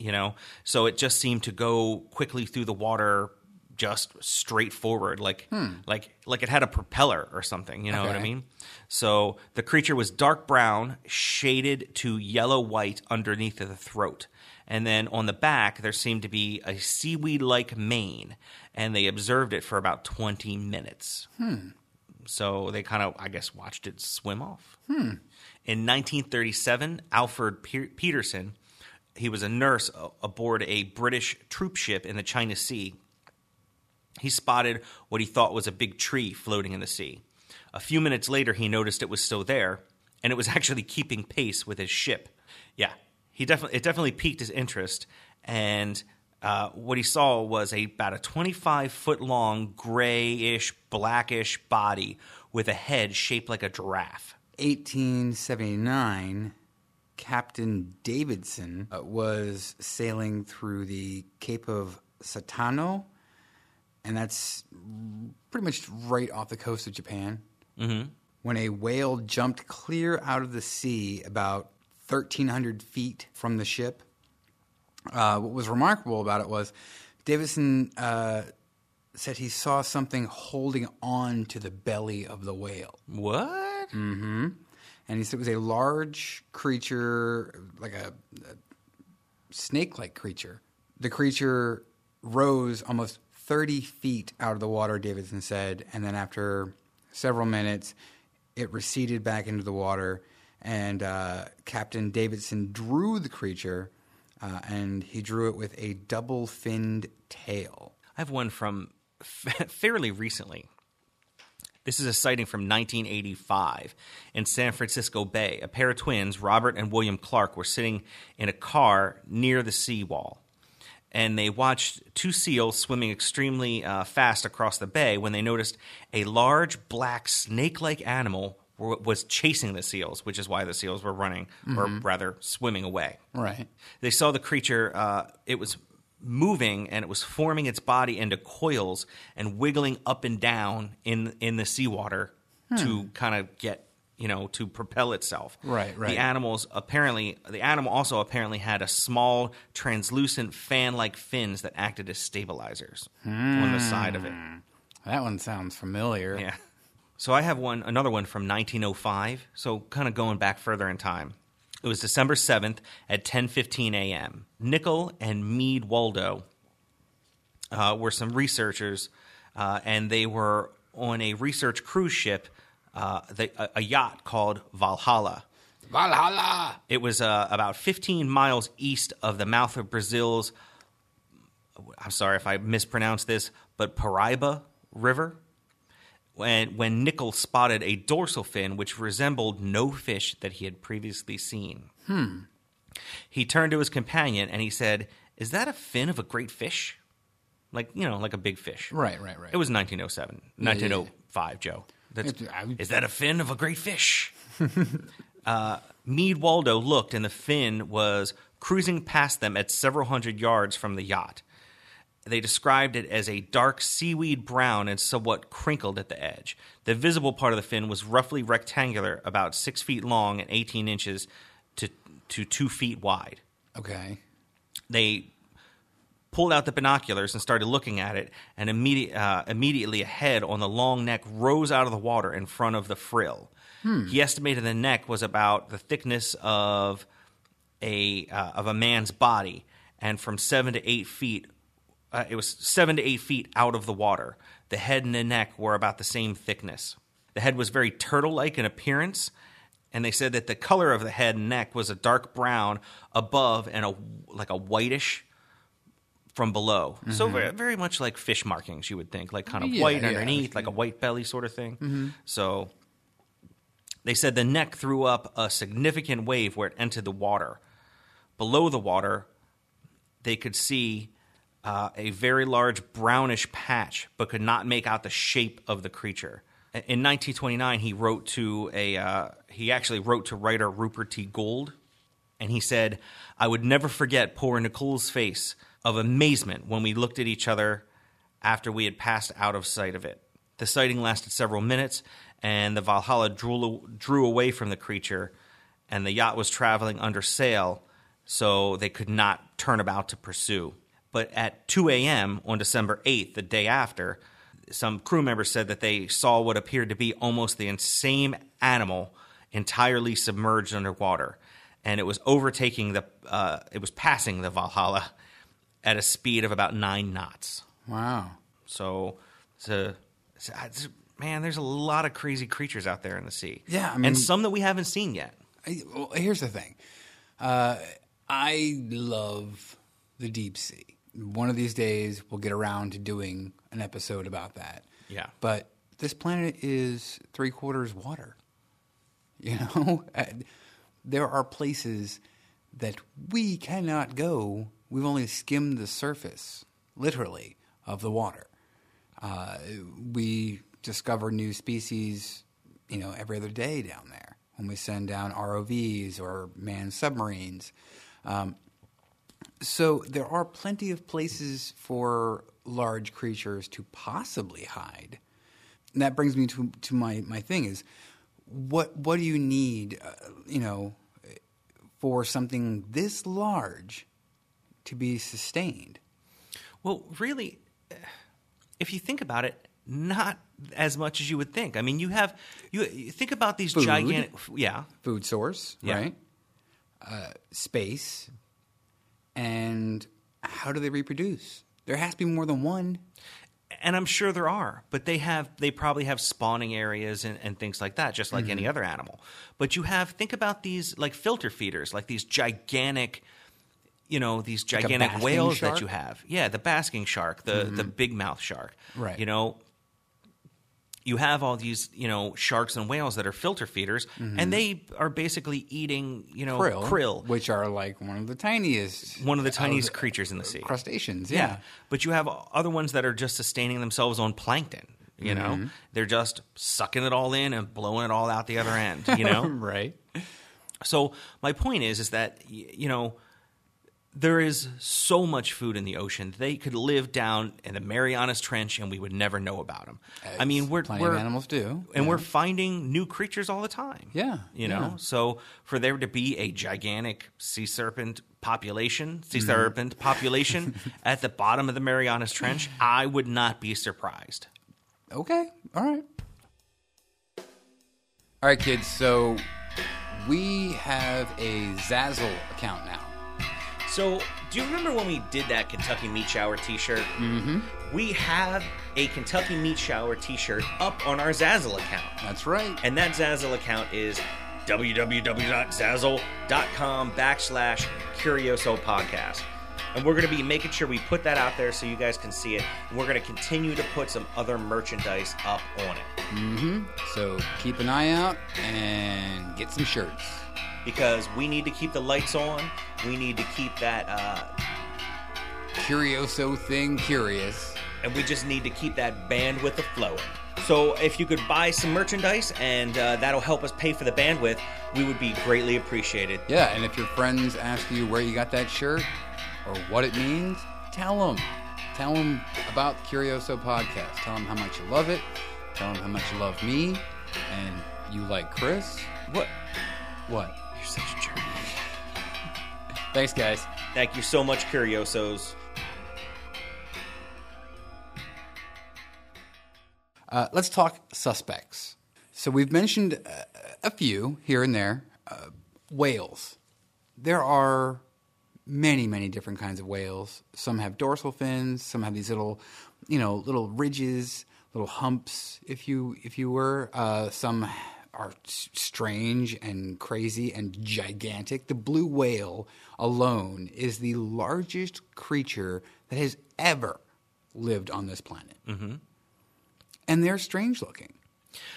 B: You know, so it just seemed to go quickly through the water, just straight forward, like like like it had a propeller or something. You know what I
C: Okay.
B: mean? So the creature was dark brown, shaded to yellow white underneath the throat. And then on the back, there seemed to be a seaweed like mane, and they observed it for about 20 minutes so they kind of, I guess, watched it swim off. In 1937, Alfred Pe- Peterson, he was a nurse a- aboard a British troop ship in the China Sea. He spotted what he thought was a big tree floating in the sea. A few minutes later, he noticed it was still there, and it was actually keeping pace with his ship. Yeah, he definitely it definitely piqued his interest, and uh, what he saw was a about a twenty five foot long grayish blackish body with a head shaped like a giraffe.
C: 1879, Captain Davidson uh, was sailing through the Cape of Satano and that's pretty much right off the coast of Japan. When a whale jumped clear out of the sea about 1,300 feet from the ship, uh, what was remarkable about it was Davidson uh, said he saw something holding on to the belly of the whale.
B: What?
C: And he said it was a large creature, like a, a snake like creature. The creature rose almost 30 feet out of the water, Davidson said. And then after several minutes, it receded back into the water. And uh, Captain Davidson drew the creature, uh, and he drew it with a double finned tail.
B: I have one from fairly recently. This is a sighting from 1985 in San Francisco Bay. A pair of twins, Robert and William Clark, were sitting in a car near the seawall. And they watched two seals swimming extremely uh, fast across the bay when they noticed a large black snake like animal w- was chasing the seals, which is why the seals were running, or rather, swimming away.
C: Right.
B: They saw the creature, uh, it was moving and it was forming its body into coils and wiggling up and down in, in the seawater
C: Hmm.
B: to kind of get, you know, to propel itself.
C: Right, right.
B: The animals apparently, the animal also apparently had a small, translucent fan like fins that acted as stabilizers on the side of it.
C: Hmm. That one sounds familiar.
B: Yeah. So I have one, another one from 1905. So kind of going back further in time. It was December 7th at 10:15 a.m. Nickel and Mead Waldo uh, were some researchers, uh, and they were on a research cruise ship, uh, the, a, a yacht called Valhalla.
C: Valhalla!
B: It was uh, about 15 miles east of the mouth of Brazil's. I'm sorry if I mispronounced this, but Paraiba River. When when Nickel spotted a dorsal fin which resembled no fish that he had previously seen, hmm. he turned to his companion and he said, "Is that a fin of a great fish? Like you know, like a big fish?"
C: Right, right, right.
B: It was 1907,
C: yeah, yeah.
B: 1905, Joe. That's,
C: It- I-
B: is that a fin of a great fish? Mead Waldo looked, and the fin was cruising past them at several hundred yards from the yacht. They described it as a dark seaweed brown and somewhat crinkled at the edge. The visible part of the fin was roughly rectangular, about six feet long and 18 inches to, to two feet wide
C: Okay.
B: they pulled out the binoculars and started looking at it and immediate, uh, immediately a head on the long neck rose out of the water in front of the frill he estimated the neck was about the thickness of a uh, of a man's body and from seven to eight feet uh, it was seven to eight feet out of the water the head and the neck were about the same thickness the head was very turtle like in appearance and they said that the color of the head and neck was a dark brown above and a like a whitish from below. So very, very much like fish markings, you would think, like kind of
C: Mm-hmm. Yeah,
B: white
C: yeah, Mm-hmm.
B: underneath, like a white belly sort of thing. So they said the neck threw up a significant wave where it entered the water. Below the water, they could see uh, a very large brownish patch, but could not make out the shape of the creature. In 1929, he wrote to a uh, he actually wrote to writer Rupert T. Gould, and he said, "I would never forget poor Nicole's face of amazement when we looked at each other after we had passed out of sight of it. The sighting lasted several minutes, and the Valhalla drew, drew away from the creature, and the yacht was traveling under sail, so they could not turn about to pursue. But at 2 a.m. on December 8th, the day after, some crew members said that they saw what appeared to be almost the same animal entirely submerged underwater, and it was overtaking the, uh, it was passing the Valhalla at a speed of about nine knots.
C: Wow.
B: So, so, so I- it's- man, there's a lot of crazy creatures out there in the sea.
C: Yeah, I mean-
B: and some that we haven't seen yet.
C: I, well, here's the thing. Uh, I love the deep sea. One of these days, we'll get around to doing an episode about that.
B: Yeah.
C: But this planet is three quarters water. You know, Uh, there are places that we cannot go. We've only skimmed the surface, literally, of the water. Uh, we discover new species, you know, every other day down there when we send down ROVs or manned submarines. Um, so there are plenty of places for large creatures to possibly hide. And that brings me to to my my thing is what what do you need, uh, you know, for something this large to be sustained?
B: Well, really, eh, if you think about it, not as much as you would think. I mean, you have you, you think about these
C: Food.
B: gigantic, yeah,
C: Food source,
B: Yeah.
C: right? Uh, space, and how do they reproduce? There has to be more than one.
B: and I'm sure there are, but they have they probably have spawning areas and, and things like that, just like
C: Mm-hmm.
B: any other animal. But you have think about these like filter feeders, like these gigantic, you know, these
C: a
B: gigantic
C: basking
B: whales
C: shark? Mm-hmm.
B: that you have. Yeah, the basking shark, the the big mouth shark.
C: Right.
B: You know, you have all these you know sharks and whales that are filter feeders, and they are basically eating you know Oh, krill,
C: Mm-hmm. krill, which are like one of the tiniest,
B: one of the tiniest creatures in the sea.
C: crustaceans. Yeah.
B: But you have other ones that are just sustaining themselves on plankton. You know,
C: Mm-hmm.
B: they're just sucking it all in and blowing it all out the other end. You know,
C: right.
B: so my point is, is that y- you know, there is so much food in the ocean. They could live down in the Marianas Trench, and we would never know about them. I mean, we're
C: Plenty
B: we're
C: of animals do.
B: and we're finding new creatures all the time.
C: Yeah,
B: you know.
C: yeah.
B: So for there to be a gigantic sea serpent population, sea
C: Mm-hmm.
B: serpent population at the bottom of the Marianas Trench, I would not be surprised.
C: Okay. All right. All right, kids. So we have a Zazzle account now.
B: So do you remember when we did that Kentucky Meat Shower T-shirt? Mm-hmm. We have a Kentucky Meat Shower T-shirt up on our Zazzle account.
C: That's right.
B: And that Zazzle account is www.zazzle.com backslash Curioso Podcast. And we're going to be making sure we put that out there so you guys can see it. And we're going to continue to put some other merchandise up on it
C: So keep an eye out and get some shirts.
B: because we need to keep the lights on. We need to keep that, uh,
C: Curioso thing curious.
B: and we just need to keep that bandwidth afloat. So if you could buy some merchandise and uh, that'll help us pay for the bandwidth, we would be greatly appreciated.
C: Yeah, and if your friends ask you where you got that shirt or what it means, tell them. Tell them about Curioso Podcast. Tell them how much you love it. Tell them how much you love me and you like Chris.
B: What?
C: What?
B: You're such a jerk.
C: Thanks, guys.
B: Thank you so much, Curiosos.
C: Uh, let's talk suspects. So we've mentioned uh, a few here and there. Uh, whales. There are many, many different kinds of whales. Some have dorsal fins. Some have these little, you know, little ridges, little humps, if you if you were. Uh, some are s- strange and crazy and gigantic. The blue whale alone is the largest creature that has ever lived on this planet
B: Mm-hmm.
C: and they're strange looking.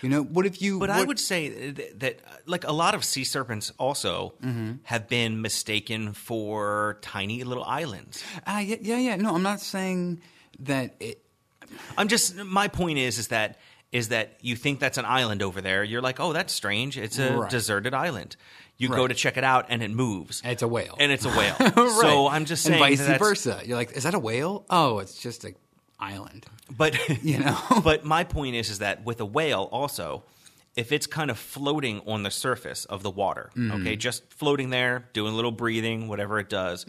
C: You know, what if you?
B: But I
C: what-
B: would say th- that, uh, like a lot of sea serpents, also
C: Mm-hmm.
B: have been mistaken for tiny little islands.
C: Ah, yeah, yeah, yeah. No, I'm not saying that it.
B: I'm just my point is is that is that you think that's an island over there. You're like, oh, that's strange. It's a
C: Right.
B: deserted island. You go
C: Right.
B: to check it out, and it moves.
C: It's a whale.
B: and it's a whale.
C: Right.
B: So I'm just saying,
C: and vice
B: that that's-
C: versa. You're like, is that a whale? Oh, it's just an island.
B: But
C: You know,
B: but my point is is that with a whale also if it's kind of floating on the surface of the water okay just floating there doing a little breathing whatever it does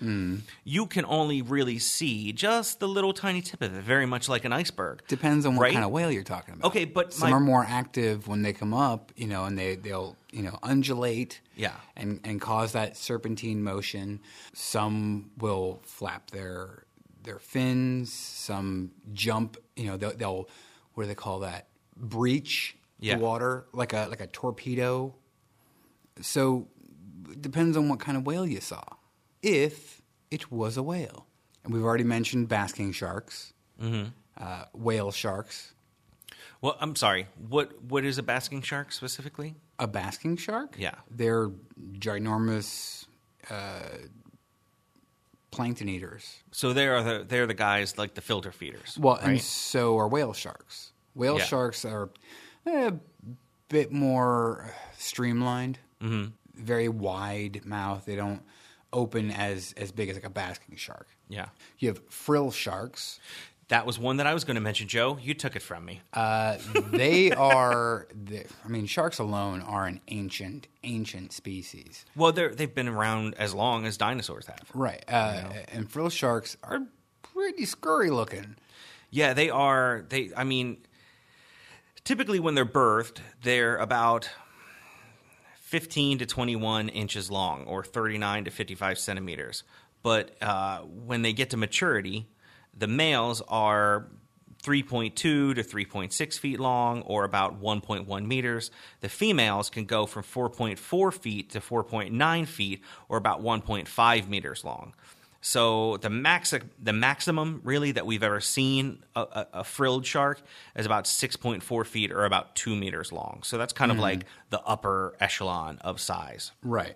B: you can only really see just the little tiny tip of it very much like an iceberg
C: depends on what
B: Right?
C: kind of whale you're talking about.
B: Okay, but
C: some
B: my-
C: are more active when they come up. You know, and they they'll you know undulate.
B: Yeah.
C: and and cause that serpentine motion. Some will flap their their fins. Some jump. You know, they'll, they'll what do they call that? Breach
B: Yeah.
C: the water like a like a torpedo. So it depends on what kind of whale you saw. If it was a whale, and we've already mentioned basking sharks, uh, whale sharks.
B: well i'm sorry what what is a basking shark specifically
C: A basking shark?
B: Yeah.
C: They're ginormous uh, plankton eaters.
B: so they are the they're the guys like the filter feeders
C: Well, and so are whale sharks. Whale
B: Yeah.
C: sharks are a bit more streamlined, mm-hmm. very wide mouth. They don't open as, as big as like a basking shark.
B: yeah
C: You have frill sharks.
B: That was one that I was going to mention, Joe. You took it from me.
C: Uh, they are, the, I mean, sharks alone are an ancient, ancient species.
B: well, they're, they've been around as long as dinosaurs have.
C: Right. Uh, And frill sharks are pretty scurry looking.
B: Yeah, they are. They, I mean, typically when they're birthed, they're about 15 to 21 inches long or 39 to 55 centimeters. But uh, when they get to maturity, the males are 3.2 to 3.6 feet long or about 1.1 meters. The females can go from 4.4 feet to 4.9 feet or about 1.5 meters long. So the max, the maximum really that we've ever seen a, a, a frilled shark is about 6.4 feet or about two meters long. So that's kind of like the upper echelon of size.
C: Right.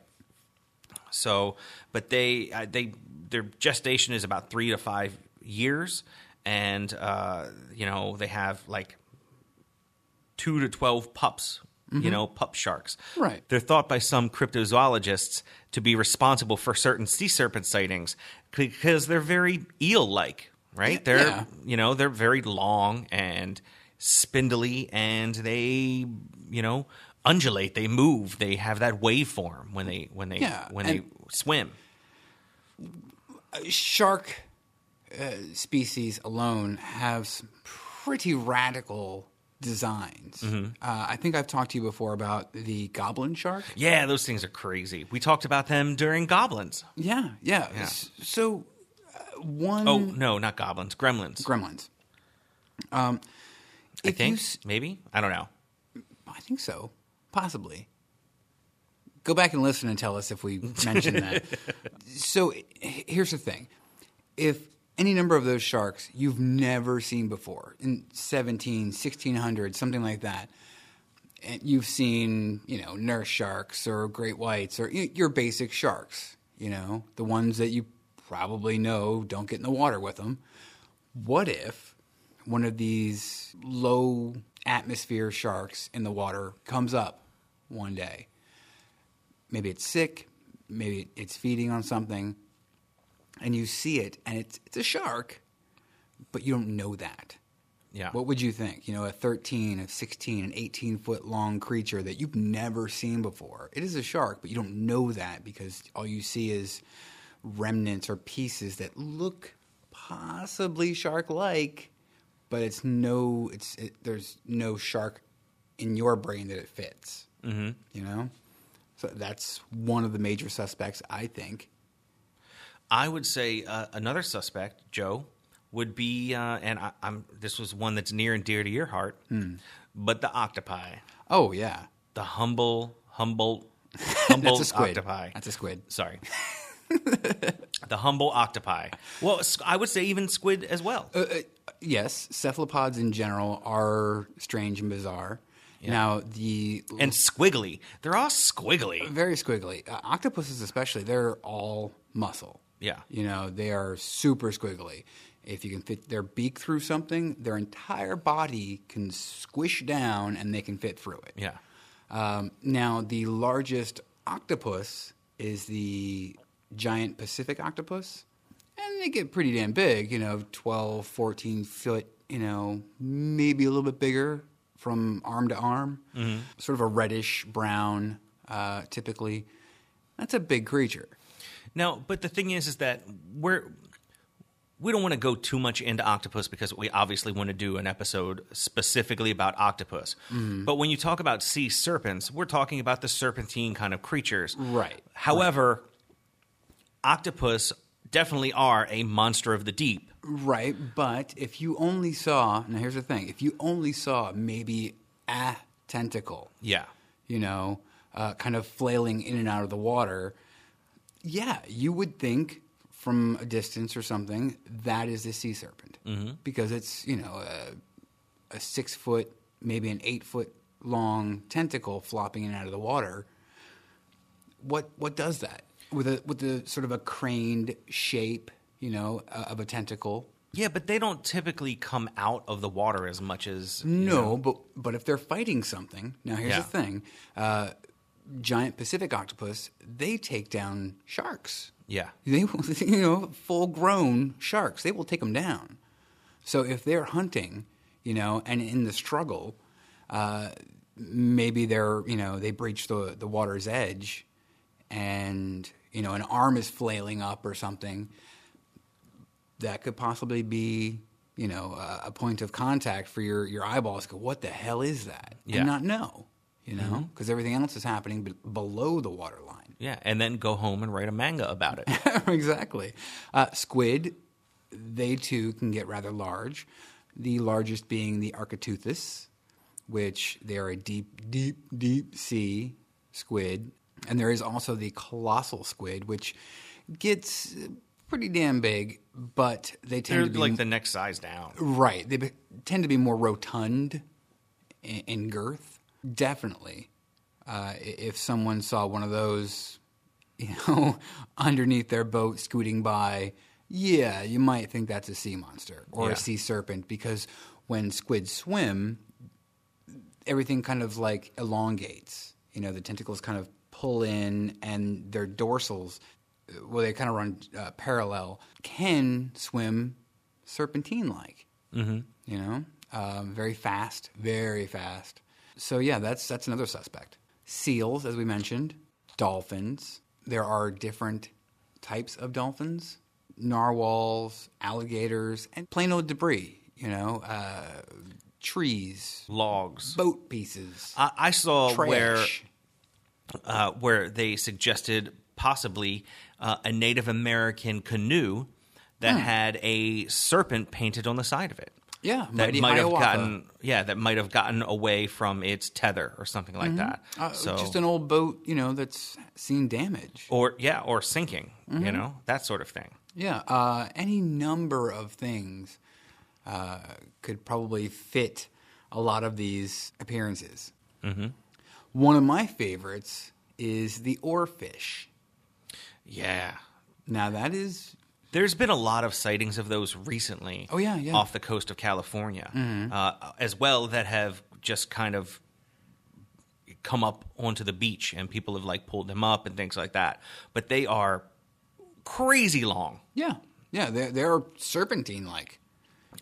B: So, but they uh, they their gestation is about three to five years, and uh, you know they have like two to twelve pups. You know, pup sharks.
C: Mm-hmm. Right.
B: They're thought by some cryptozoologists to be responsible for certain sea serpent sightings because they're very eel-like, right? They're
C: yeah.
B: you know they're very long and spindly, and they you know undulate. They move. They have that waveform when they when they
C: Yeah,
B: when
C: and-
B: they swim.
C: Shark uh, species alone have some pretty radical designs.
B: Mm-hmm.
C: Uh, I think I've talked to you before about the goblin shark.
B: Yeah, those things are crazy. We talked about them during Goblins.
C: Yeah, yeah. S- So uh, one
B: Oh no, not Goblins, Gremlins.
C: gremlins. Um,
B: I
C: if you
B: think
C: s-
B: maybe I don't know.
C: I think so, possibly. Go back and listen and tell us if we mentioned that. So h- here's the thing: if any number of those sharks you've never seen before in 17, 1600, something like that, and you've seen, you know, nurse sharks or great whites or y- your basic sharks, you know, the ones that you probably know don't get in the water with them. What if one of these low atmosphere sharks in the water comes up one day? Maybe it's sick, maybe it's feeding on something, and you see it and it's, it's a shark, but you don't know that.
B: Yeah.
C: What would you think? You know, a 13, a 16, an 18 foot long creature that you've never seen before. It is a shark, but you don't know that because all you see is remnants or pieces that look possibly shark like, but it's no, it's, it, there's no shark in your brain that it fits. Mm-hmm. You know? So that's one of the major suspects, I think.
B: I would say uh, another suspect, Joe, would be, uh, and I, I'm this was one that's near and dear to your heart,
C: Hmm.
B: but the octopi,
C: Oh, yeah.
B: the humble, humble, humble
C: That's a squid.
B: octopi.
C: That's a squid.
B: Sorry. the humble octopi. Well, s- I would say even squid as well.
C: Uh, Yes, cephalopods in general are strange and bizarre. Now the
B: and squiggly. They're all squiggly.
C: very squiggly uh, octopuses, especially, they're all muscle.
B: Yeah.
C: you know they are super squiggly. If you can fit their beak through something, their entire body can squish down and they can fit through it.
B: Yeah.
C: Um, now, the largest octopus is the giant Pacific octopus, and they get pretty damn big, you know, 12, 14 foot, you know, maybe a little bit bigger from arm to arm, sort of a reddish brown, uh, typically. That's a big creature.
B: Now, but the thing is, is that we're we don't want to go too much into octopus because we obviously want to do an episode specifically about octopus.
C: Mm-hmm.
B: But when you talk about sea serpents, we're talking about the serpentine kind of creatures,
C: Right.
B: However, octopus definitely are a monster of the deep.
C: Right, but if you only saw, now here's the thing if you only saw maybe a tentacle,
B: Yeah,
C: you know, uh, kind of flailing in and out of the water, yeah, you would think from a distance or something that is a sea serpent because it's, you know, a, a six foot, maybe an eight foot long tentacle flopping in and out of the water. What, what does that? With a with a sort of a craned shape, you know, uh, of a tentacle.
B: yeah, but they don't typically come out of the water as much as
C: No, but but if they're fighting something, now here's
B: Yeah.
C: the thing: uh, giant Pacific octopus, they take down sharks.
B: Yeah.
C: they will, you know, full grown sharks. They will take them down. So if they're hunting, you know, and in the struggle, uh, maybe they're you know they breach the the water's edge, and you know an arm is flailing up or something. That could possibly be you know a, a point of contact for your your eyeballs. Go, what the hell is that?
B: Yeah.
C: And not know, you know, because everything else is happening be- below the water line.
B: Yeah, and then go home and write a manga about it.
C: exactly. Uh, squid, they too can get rather large. The largest being the Architeuthis, which they are a deep, deep, deep sea squid. And there is also the colossal squid, which gets pretty damn big, but they tend
B: They're
C: to be
B: like the next size down.
C: Right. They be- tend to be more rotund in, in girth. Definitely. Uh, i- if someone saw one of those, you know, underneath their boat scooting by, yeah, you might think that's a sea monster or
B: Yeah.
C: a sea serpent because when squid swim, everything kind of like elongates. You know, the tentacles kind of pull in, and their dorsals, uh, well, they kind of run uh, parallel, can swim serpentine like. Mm-hmm. You know, um, very fast, very fast. So yeah, that's that's another suspect. Seals, as we mentioned, dolphins. There are different types of dolphins: narwhals, alligators, and plain old debris. You know, uh, trees,
B: Logs.
C: boat pieces,
B: I, I saw
C: trash.
B: where uh, where they suggested possibly uh, a Native American canoe
C: Hmm.
B: that had a serpent painted on the side of it.
C: yeah,
B: That
C: mighty
B: might
C: Hiawatha.
B: have gotten yeah, that might have gotten away from its tether or something like that.
C: Uh,
B: so
C: just an old boat, you know, that's seen damage.
B: or yeah, or sinking, you
C: Mm-hmm.
B: know, that sort of thing.
C: Yeah, uh, any number of things uh, could probably fit a lot of these appearances. Mm-hmm. One of my favorites is the oarfish.
B: Yeah.
C: Now that is
B: There's been a lot of sightings of those recently.
C: Oh, yeah, Mm-hmm. yeah.
B: Off the coast of California, uh, as well that have just kind of come up onto the beach, and people have like pulled them up and things like that. But they are crazy long.
C: yeah, yeah. They're, they're serpentine like.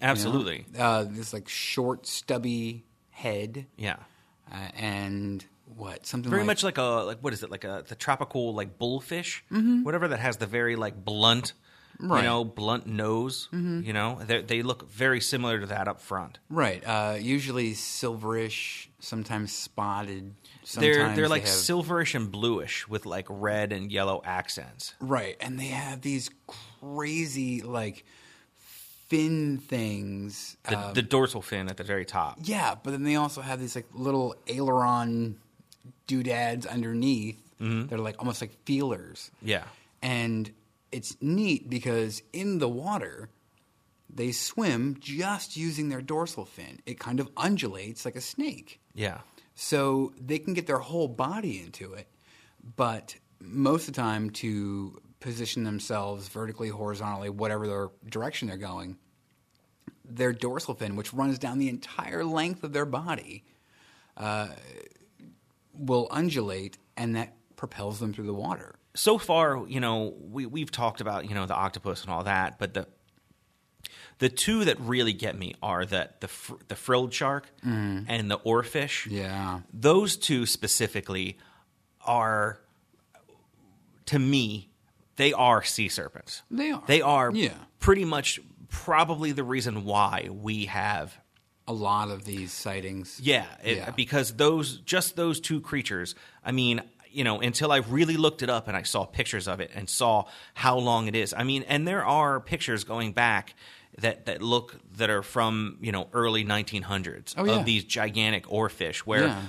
B: Absolutely.
C: Uh, this like short, stubby head,
B: Yeah.
C: uh, and what something
B: Very
C: like,
B: much like a like what is it like a the tropical like bullfish, whatever that has the very like blunt,
C: Mm-hmm. Right. Mm-hmm.
B: you know, blunt nose. You know, they they look very similar to that up front.
C: right. Uh, usually silverish, sometimes spotted. Sometimes
B: They're they're like
C: they have-
B: silverish and bluish with like red and yellow accents.
C: Right, and they have these crazy like fin things.
B: The,
C: Uh,
B: the dorsal fin at the very top.
C: yeah, but then they also have these like little aileron doodads underneath.
B: Mm-hmm.
C: that are like almost like feelers.
B: Yeah.
C: And it's neat because in the water they swim just using their dorsal fin. It kind of undulates like a snake.
B: Yeah.
C: So they can get their whole body into it, but most of the time to position themselves vertically, horizontally, whatever their direction they're going, their dorsal fin, which runs down the entire length of their body, uh, will undulate and that propels them through the water.
B: So far, you know, we we've talked about, you know, the octopus and all that, but the the two that really get me are that the fr- the frilled shark and the oarfish.
C: Mm. Yeah.
B: Those two specifically are to me they are sea serpents.
C: They are.
B: They are
C: Yeah.
B: pretty much probably the reason why we have
C: A lot of these sightings.
B: Yeah, it,
C: Yeah.
B: because those just those two creatures. I mean, you know, until I really looked it up and I saw pictures of it and saw how long it is. I mean, and there are pictures going back that that look that are from you know early 1900s
C: Oh, yeah.
B: of these gigantic oarfish. Where
C: Yeah.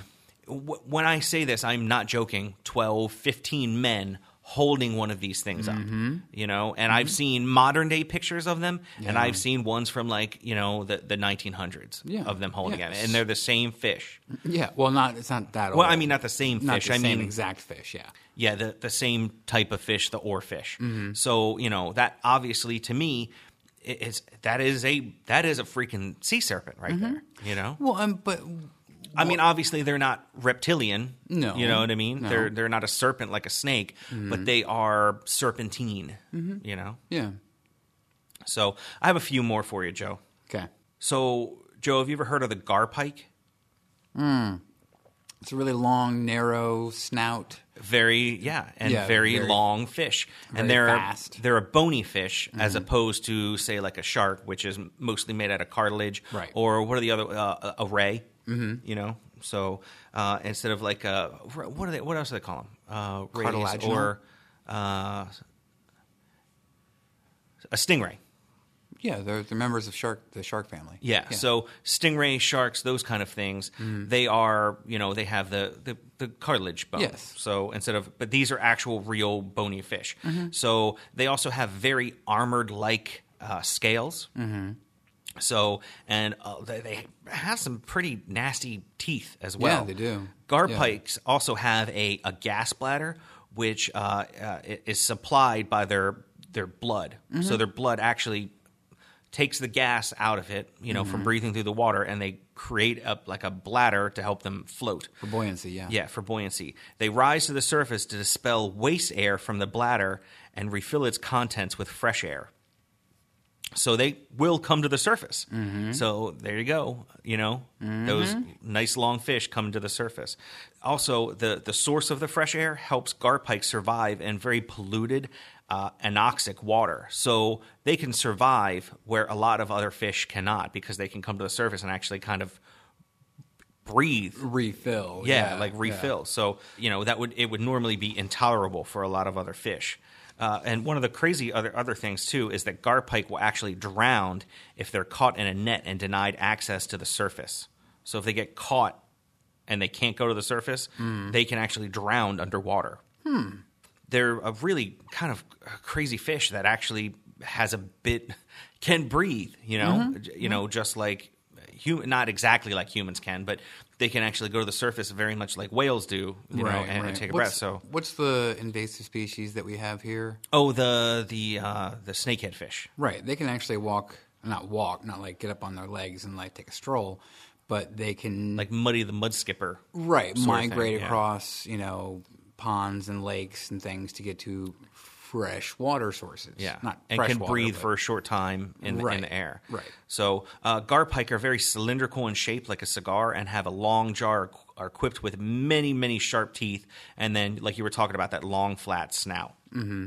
B: w- when I say this, I'm not joking. 12, 15 men holding one of these things
C: Mm-hmm.
B: up you know and i've seen modern day pictures of them and i've seen ones from like you know the, the 1900s
C: Yeah.
B: of them holding
C: Yeah.
B: it and they're the same fish
C: Yeah. Well, not it's not that.
B: well
C: old.
B: i mean not the same
C: Not
B: fish
C: the
B: i
C: same
B: mean
C: exact fish. Yeah.
B: yeah the, the same type of fish the oar fish
C: Mm-hmm.
B: so you know that obviously to me i- it's that is a that is a freaking sea serpent right there you know
C: Mm-hmm. Well, um, but
B: i mean obviously they're not reptilian
C: No.
B: you know what i mean
C: No. Mm-hmm.
B: they're they're not a serpent like a snake but they are serpentine you know
C: yeah.
B: so i have a few more for you joe
C: Okay.
B: So, Joe, have you ever heard of the garpike?
C: It's a really long, narrow snout.
B: very yeah and
C: Yeah,
B: very,
C: very-
B: long fish
C: very
B: and they're
C: fast. Mm-hmm.
B: they're a bony fish as opposed to say like a shark which is mostly made out of cartilage
C: Right.
B: or what are the other uh, a a ray mm-hmm. you know so uh, instead of like a, what are they what else do they call them uh, rays
C: Cartilaginal?
B: or uh, a stingray
C: Yeah, they're, they're members of shark the shark family.
B: yeah. So stingray, sharks, those kind of things, they are, you know, they have the, the, the cartilage bone.
C: Yes.
B: So instead of, but these are actual real bony fish. So they also have very armored like uh, scales. Mm-hmm. So, and uh, they, they have some pretty nasty teeth as well.
C: they do. Yeah.
B: Garpikes also have a, a gas bladder, which uh, uh, is supplied by their their blood.
C: Mm-hmm.
B: So their blood actually takes the gas out of it, you know,
C: Mm-hmm.
B: from breathing through the water, and they create a, like a bladder to help them float.
C: for buoyancy. Yeah.
B: Yeah, for buoyancy. They rise to the surface to dispel waste air from the bladder and refill its contents with fresh air. So they will come to the surface. So there you go. You know, those nice long fish come to the surface. Also, the, the source of the fresh air helps garpike survive in very polluted uh, anoxic water. So they can survive where a lot of other fish cannot because they can come to the surface and actually kind of breathe
C: Refill.
B: yeah, like refill. So you know that would it would normally be intolerable for a lot of other fish. Uh, and one of the crazy other other things too is that garpike will actually drown if they're caught in a net and denied access to the surface. So if they get caught and they can't go to the surface, they can actually drown underwater. Hmm. They're a really kind of crazy fish that actually has a bit can breathe. You know, J- you know, just like human, not exactly like humans can, but they can actually go to the surface very much like whales do. You know, and, and take a
C: what's,
B: breath. So,
C: what's the invasive species that we have here?
B: oh, the the uh, the snakehead fish.
C: Right, they can actually walk, not walk, not like get up on their legs and like take a stroll, but they can
B: Like Muddy the Mud Skipper. sort
C: right
B: of thing,
C: migrate
B: yeah.
C: across you know ponds and lakes and things to get to fresh water sources.
B: Yeah,
C: not
B: and
C: fresh
B: can
C: water,
B: breathe
C: but-
B: for a short time in, the in
C: Right.
B: the air.
C: Right.
B: So uh, garpike are very cylindrical in shape, like a cigar, and have a long jar. Are equipped with many, many sharp teeth, and then, like you were talking about, that long, flat snout.
C: Mm-hmm.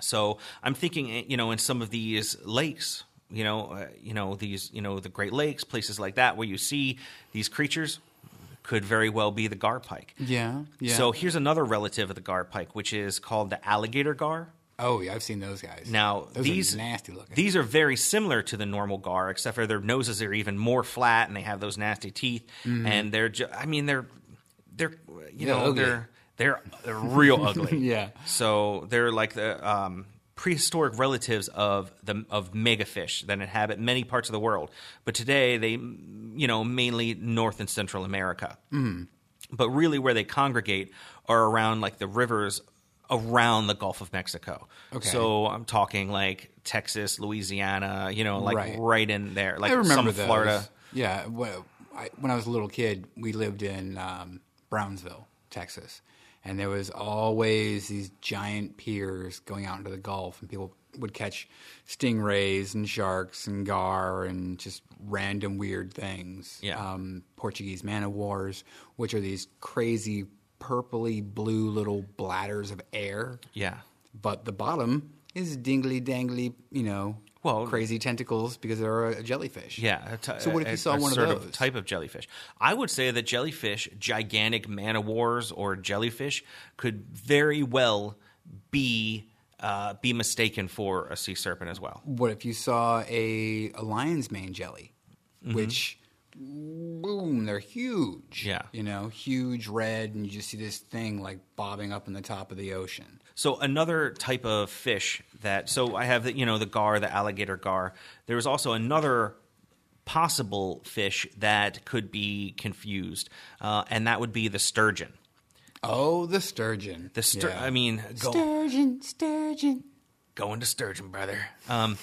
B: So I'm thinking, eh, you know, in some of these lakes, you know, uh, you know these, you know, the Great Lakes, places like that, where you see these creatures, could very well be the garpike.
C: Yeah, yeah.
B: So here's another relative of the garpike, which is called the alligator gar.
C: oh yeah, I've seen those guys.
B: Now
C: those
B: these
C: are nasty looking.
B: These are very similar to the normal gar, except for their noses are even more flat, and they have those nasty teeth. And they're, ju- I mean, they're, they're, you
C: Mm-hmm. They're
B: know,
C: ugly.
B: they're they're they're real ugly.
C: Yeah.
B: So they're like the um, prehistoric relatives of the of megafish that inhabit many parts of the world, but today they, you know, mainly North and Central America but really where they congregate are around like the rivers around the Gulf of Mexico.
C: Okay.
B: So I'm talking like Texas, Louisiana, you know, like
C: Right.
B: right, in there, like
C: I remember
B: some of
C: those.
B: Florida.
C: Yeah, wh- I, when I was a little kid, we lived in um, Brownsville, Texas, and there was always these giant piers going out into the Gulf, and people would catch stingrays and sharks and gar and just random weird things.
B: Yeah.
C: Um, Portuguese man of wars, which are these crazy purpley blue little bladders of air.
B: Yeah.
C: But the bottom is dingly dangly, you know,
B: Well-
C: crazy tentacles because they're a jellyfish.
B: Yeah.
C: So what if you saw one of
B: sort
C: those?
B: type of jellyfish? I would say that jellyfish, gigantic man of wars or jellyfish, could very well be uh, be mistaken for a sea serpent as well.
C: What if you saw a, a lion's mane jelly,
B: Mm-hmm.
C: which boom, they're huge.
B: Yeah.
C: You know, huge red, and you just see this thing like bobbing up in the top of the ocean.
B: So another type of fish that so I have the you know the gar, the alligator gar. There was also another possible fish that could be confused, uh, and that would be the sturgeon.
C: Oh, the sturgeon.
B: The stur-
C: Yeah.
B: I mean, go,
C: sturgeon, sturgeon.
B: going to sturgeon, brother. Um,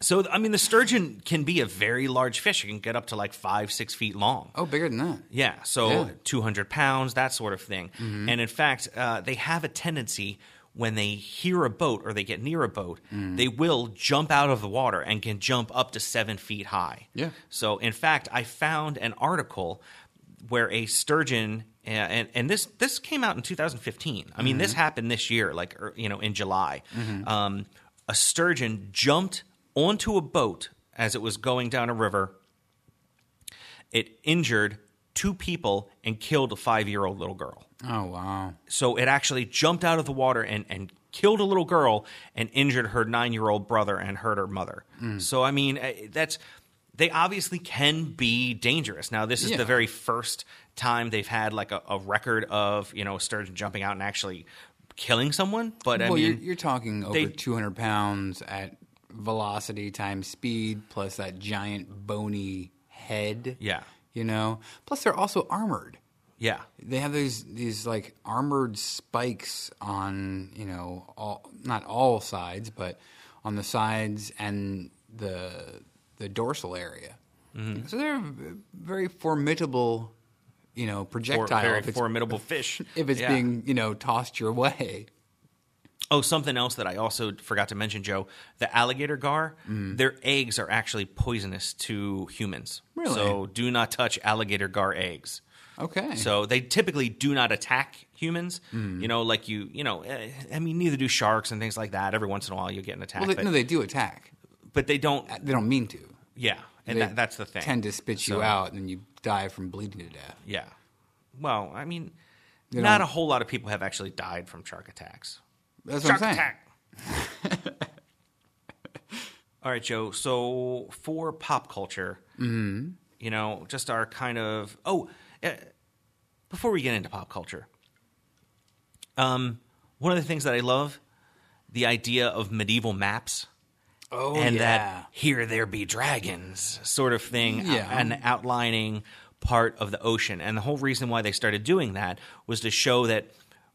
B: so I mean, the sturgeon can be a very large fish. It can get up to like five, six feet long.
C: Oh, bigger than that.
B: Yeah, so
C: Yeah.
B: 200 pounds, that sort of thing. And in fact, uh, they have a tendency when they hear a boat or they get near a boat, they will jump out of the water and can jump up to seven feet high.
C: Yeah.
B: So, in fact, I found an article where a sturgeon, uh, and, and this this came out in 2015. I mean, this happened this year, like er, you know, in July. Um, a sturgeon jumped onto a boat as it was going down a river. It injured two people and killed a five year old little girl.
C: Oh wow.
B: So it actually jumped out of the water and, and killed a little girl and injured her nine year old brother and hurt her mother.
C: Mm.
B: So, I mean, eh, that's they obviously can be dangerous. Now, this is
C: Yeah.
B: the very first time they've had like a, a record of, you know, a sturgeon jumping out and actually killing someone. But I
C: well,
B: mean,
C: you're, you're talking over
B: they-
C: 200 pounds at velocity times speed, plus that giant bony head.
B: Yeah.
C: You know, plus they're also armored.
B: yeah.
C: They have these these like armored spikes on you know all not all sides, but on the sides and the the dorsal area.
B: Mm-hmm.
C: So they're v- very formidable, you know,
B: Or
C: projectile.
B: very
C: if it's,
B: formidable fish.
C: if it's
B: Yeah.
C: being you know tossed your way.
B: Oh, something else that I also forgot to mention, Joe. The alligator gar,
C: Mm.
B: their eggs are actually poisonous to humans.
C: Really?
B: So do not touch alligator gar eggs.
C: Okay.
B: So they typically do not attack humans.
C: Mm.
B: You know, like you, you know, eh, I mean, neither do sharks and things like that. Every once in a while, you'll get an attack,
C: Well, they,
B: but,
C: no, they do attack.
B: but they don't.
C: They don't mean to.
B: Yeah, and
C: They
B: that, that's the thing.
C: Tend to spit you
B: So-
C: out, and you die from bleeding to death.
B: Yeah. Well, I mean,
C: They
B: not a
C: don't-
B: whole lot of people have actually died from shark attacks.
C: That's
B: Shark
C: what I'm saying.
B: attack. All right, Joe. So for pop culture, you know, just our kind of oh, uh, before we get into pop culture, um, one of the things that I love the idea of medieval maps
C: Oh
B: and
C: yeah.
B: that here there be dragons sort of thing
C: Yeah.
B: an outlining part of the ocean and the whole reason why they started doing that was to show that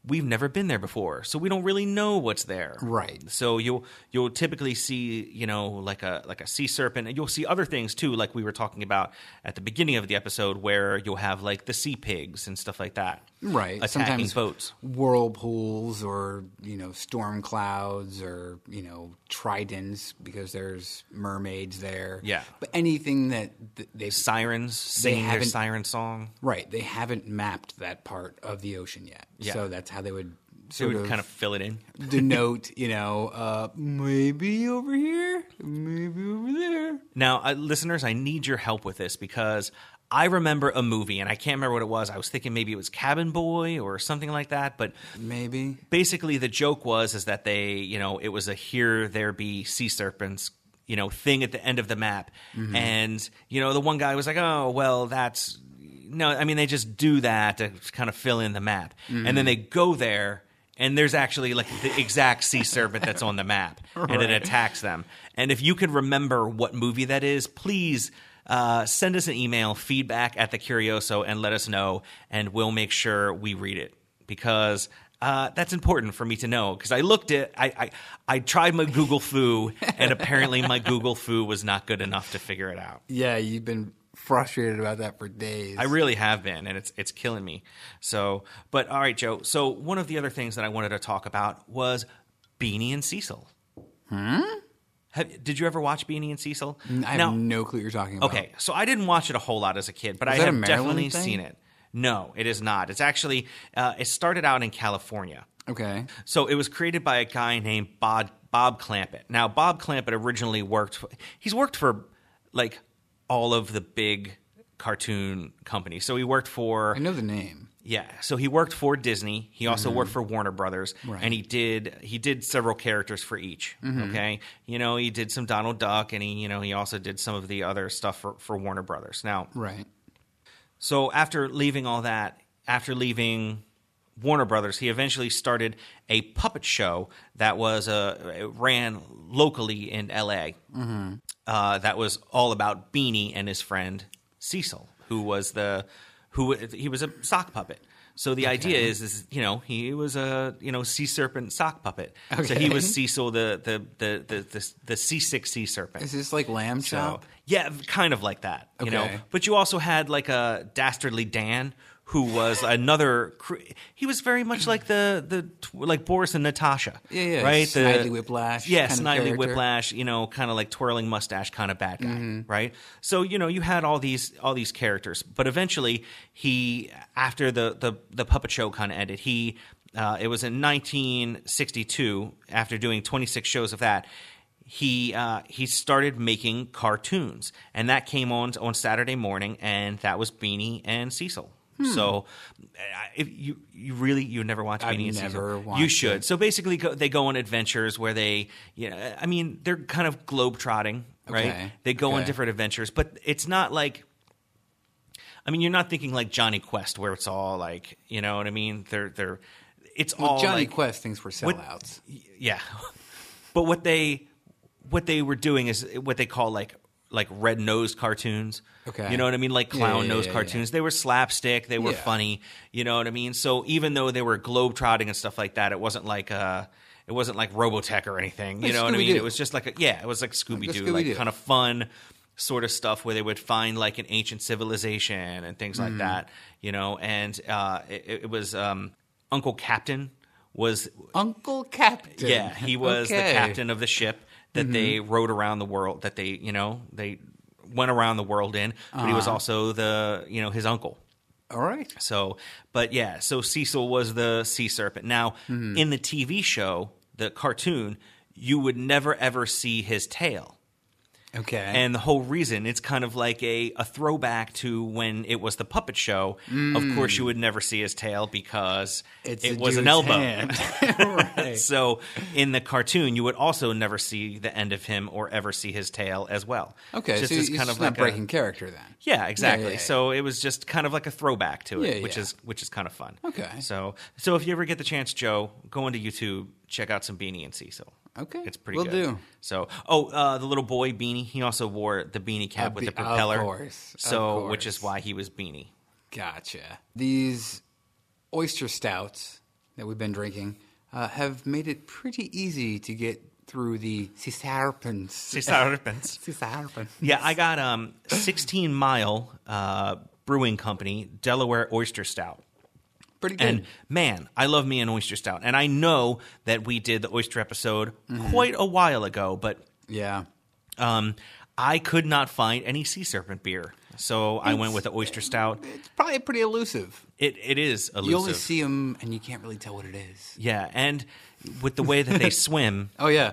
B: we've never been there before so we don't really know what's there
C: Right.
B: so you'll you'll typically see you know like a like a sea serpent and you'll see other things too like we were talking about at the beginning of the episode where you'll have like the sea pigs and stuff like that
C: Right.
B: attacking
C: Sometimes
B: boats
C: whirlpools or, you know, storm clouds or, you know, tridents because there's mermaids there.
B: Yeah.
C: But anything that th- they
B: sirens singing their
C: haven't-
B: siren song
C: right, they haven't mapped that part of the ocean yet.
B: Yeah.
C: So that's how they would
B: they
C: sort
B: would kind of fill it in
C: denote, you know, uh, maybe over here, maybe over there.
B: Now, uh, listeners, I need your help with this because I remember a movie and I can't remember what it was. I was thinking maybe it was Cabin Boy or something like that, but
C: Maybe.
B: basically the joke was is that they, you know, it was a here there be sea serpents, you know, thing at the end of the map. And, you know, the one guy was like, "Oh, well, that's no, I mean they just do that to kind of fill in the map." And then they go there and there's actually like the exact sea serpent that's on the map and it attacks them. And if you could remember what movie that is, please uh, send us an email, feedback at the Curioso, and let us know, and we'll make sure we read it because uh, that's important for me to know. Because I looked at, I, I, I tried my Google Foo, and apparently my Google Foo was not good enough to figure it out.
C: Yeah, you've been frustrated about that for days.
B: I really have been, and it's it's killing me. So, but all right, Joe. So one of the other things that I wanted to talk about was Beanie and Cecil. Hmm. Have, did you ever watch Beanie and Cecil?
C: I have
B: Now-
C: no clue what you're talking about.
B: Okay, so I didn't watch it a whole lot as a kid, but I
C: that a
B: have
C: Maryland
B: definitely
C: thing?
B: seen it. No, it is not. It's actually uh, it started out in California.
C: Okay.
B: So it was created by a guy named Bob, Bob Clampett. Now Bob Clampett originally worked. For, he's worked for like all of the big cartoon companies. So he worked for
C: I know the name.
B: yeah. So he worked for Disney. He also worked for Warner Brothers, and he did he did several characters for each. Okay, you know he did some Donald Duck, and he you know he also did some of the other stuff for, for Warner Brothers. Now,
C: Right.
B: so after leaving all that, after leaving Warner Brothers, he eventually started a puppet show that was uh, it ran locally in L.A.
C: Mm-hmm.
B: Uh, that was all about Beanie and his friend Cecil, who was the who he was a sock puppet. So the idea is, is you know, he was a you know sea serpent sock puppet. So
C: Okay.
B: he was Cecil the the the the the, the C six sea serpent.
C: Is this like lamb
B: So,
C: chop?
B: yeah, kind of like that, you know.
C: Okay.
B: But you also had like a dastardly Dan who was another. cr- He was very much like the the tw- like Boris and Natasha.
C: Yeah, yeah,
B: right.
C: Snidely Whiplash
B: Yeah,
C: kind of
B: Snidely
C: character.
B: Whiplash. You know, kind of like twirling mustache kind of bad guy.
C: Mm-hmm.
B: Right. So you know you had all these all these characters, but eventually he after the the the puppet show kind of ended he. Uh, it was in 1962. After doing 26 shows of that, he uh, he started making cartoons, and that came on on Saturday morning, and that was Beanie and Cecil.
C: Hmm.
B: So, I- if you you really you never watch Beanie
C: I've
B: and
C: never
B: Cecil.
C: watched
B: you
C: it.
B: should. So basically, go, they go on adventures where they, you know, I mean, they're kind of globe trotting, right?
C: Okay.
B: They go on
C: Okay.
B: different adventures, but it's not like. I mean, you're not thinking like Johnny Quest, where it's all like, you know what I mean? They're they're, it's all
C: Johnny
B: like,
C: Quest thinks we're sellouts.
B: yeah but what they what they were doing is what they call like like red nosed cartoons
C: Okay.
B: you know what i mean like
C: Yeah, yeah,
B: clown nosed
C: yeah, yeah.
B: cartoons they were slapstick they were
C: Yeah.
B: funny you know what i mean so even though they were globetrotting and stuff like that it wasn't like uh it wasn't like robotech or anything you
C: Like
B: know what i mean
C: Scooby-Doo.
B: it was just like a yeah it was like scooby-doo like,
C: Scooby-Doo.
B: kind of fun sort of stuff where they would find like an ancient civilization and things
C: Mm.
B: like that you know and uh it, it was um uncle captain was
C: Uncle Captain.
B: yeah, he was the
C: Okay. Mm-hmm.
B: captain of the ship that they rode around the world. That they, you know, they went around the world in. But he
C: Uh-huh.
B: was also the, you know, his uncle.
C: All right.
B: So, but yeah, so Cecil was the sea serpent. Now,
C: Mm-hmm.
B: in the TV show, the cartoon, you would never ever see his tail.
C: Okay.
B: And the whole reason it's kind of like a, a throwback to when it was the puppet show. Of course, you would never see his tail because
C: Mm. it's
B: it
C: a
B: was an
C: dude's
B: elbow.
C: hand. right.
B: So in the cartoon, you would also never see the end of him or ever see his tail as well.
C: Okay,
B: Just
C: so
B: as
C: it's kind of not
B: a-
C: breaking character then.
B: yeah, exactly.
C: Yeah, yeah, yeah.
B: So it was just kind of like a throwback to it,
C: Yeah,
B: which
C: yeah.
B: is which is kind of fun.
C: Okay.
B: So so if you ever get the chance, Joe, go into YouTube, check out some Beanie and Cecil.
C: Okay,
B: It's pretty
C: will
B: good.
C: do.
B: So oh, uh, the little boy Beanie, he also wore the beanie cap with
C: be-
B: the propeller.
C: of course, of
B: So which is
C: course.
B: why he was Beanie.
C: Gotcha. These oyster stouts that we've been drinking uh, have made it pretty easy to get through the sea serpents. Sea serpents.
B: Yeah, I got um 16 Mile uh, Brewing Company Delaware Oyster Stout.
C: Pretty good.
B: And man, I love me an oyster stout. And I know that we did the oyster episode
C: Mm-hmm.
B: quite a while ago, but
C: yeah.
B: um, I could not find any sea serpent beer. So I went with the oyster stout.
C: It's probably pretty elusive.
B: It it is elusive.
C: You only see them and you can't really tell what it is.
B: yeah, and with the way that they swim,
C: Oh, yeah.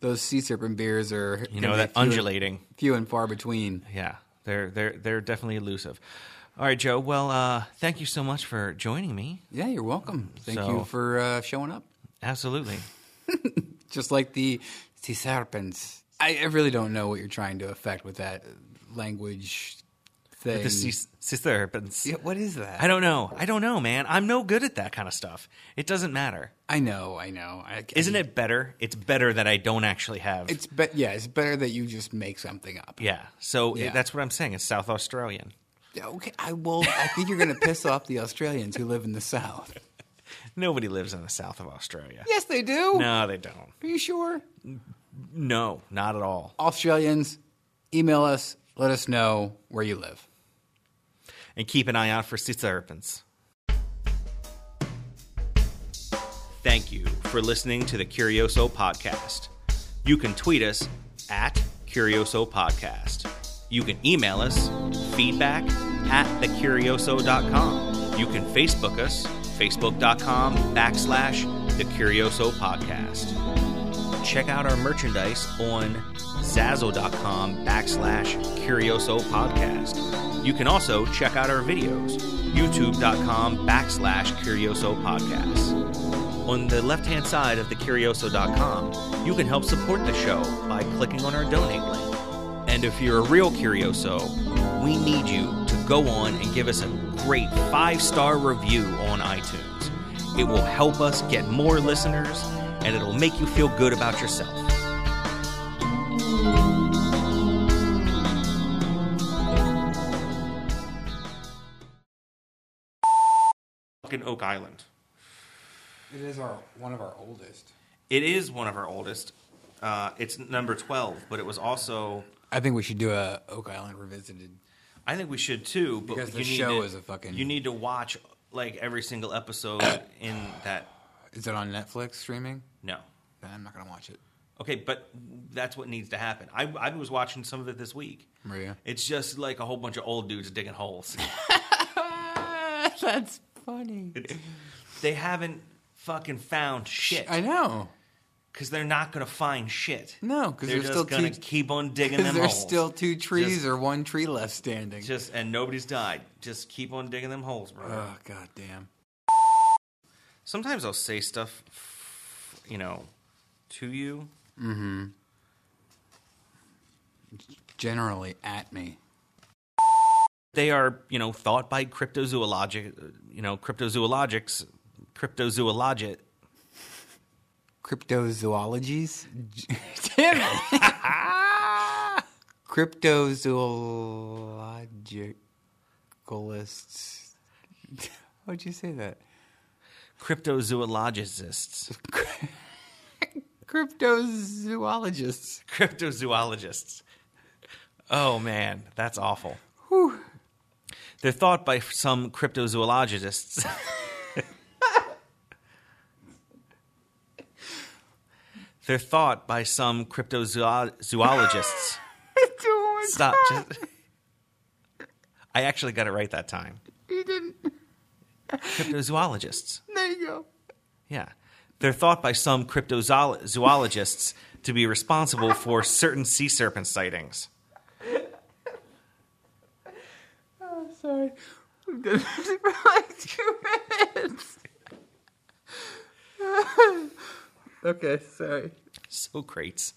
C: Those sea serpent beers are.
B: you know, that undulating.
C: Few and far between.
B: Yeah, they're they're they're definitely elusive. All right, Joe. Well, uh, thank you so much for joining me.
C: Yeah, you're welcome. Thank
B: So-
C: you for uh, showing up.
B: Absolutely.
C: just like the sea serpents. I, I really don't know what you're trying to affect with that language thing.
B: The sea, sea serpents.
C: Yeah, what is that?
B: I don't know. I don't know, man. I'm no good at that kind of stuff. It doesn't matter.
C: I know, I know. I,
B: Isn't it better? It's better that I don't actually have.
C: It's be- yeah, it's better that you just make something up.
B: yeah. So
C: Yeah.
B: that's what I'm saying. It's South Australian.
C: Yeah, Okay, I will. I think you're going to piss off the Australians who live in the South.
B: Nobody lives in the south of Australia.
C: Yes, they do.
B: No, they don't.
C: Are you sure?
B: No, not at all.
C: Australians, email us. Let us know where you live.
B: And keep an eye out for sea serpents. Thank you for listening to the Curioso Podcast. You can tweet us at Curioso Podcast. You can email us feedback at thecurioso.com. You can Facebook us, facebook.com backslash the Curioso Podcast. Check out our merchandise on Zazzle.com backslash Curioso Podcast. You can also check out our videos, youtube.com backslash Curioso Podcast. On the left hand side of thecurioso.com, you can help support the show by clicking on our donate link. And if you're a real Curioso, we need you to go on and give us a great five star review on iTunes. It will help us get more listeners and it'll make you feel good about yourself. fucking Oak Island.
C: It is our one of our oldest.
B: It is one of our oldest. Uh, it's number 12, but it was also.
C: I think we should do a Oak Island revisited.
B: I think we should too, but
C: Because the
B: you need
C: show
B: to-
C: is a fucking-
B: You need to watch like every single episode in that.
C: Is it on Netflix streaming?
B: No,
C: Nah, I'm not gonna watch it.
B: okay, but that's what needs to happen. I I was watching some of it this week.
C: Maria.
B: It's just like a whole bunch of old dudes digging holes.
C: That's funny.
B: It's- they haven't fucking found shit
C: I know.
B: because they're not gonna find shit.
C: No, 'cause
B: they're
C: there's
B: just
C: still
B: gonna
C: two-
B: keep on digging
C: Because
B: them
C: there's
B: holes.
C: still two trees
B: Just-
C: or one tree left standing.
B: just and nobody's died. Just keep on digging them holes, bro.
C: oh god damn.
B: sometimes I'll say stuff, you know, to you.
C: Generally at me.
B: They are, you know, thought by cryptozoologic, you know, cryptozoologics, cryptozoologist.
C: Cryptozoologies? damn it. Cryptozoologicalists. How'd you say that?
B: Cryptozoologists.
C: Cryptozoologists.
B: Cryptozoologists. Oh, man, that's awful. They're thought by some cryptozoologists. They're thought by some cryptozoologists.
C: Oh my
B: Stop.
C: God,
B: Just... I actually got it right that time.
C: you didn't.
B: Cryptozoologists.
C: There you go.
B: Yeah. They're thought by some cryptozoologists to be responsible for certain sea serpent sightings.
C: Oh, sorry. We've done this for like two minutes. okay, sorry.
B: Socrates.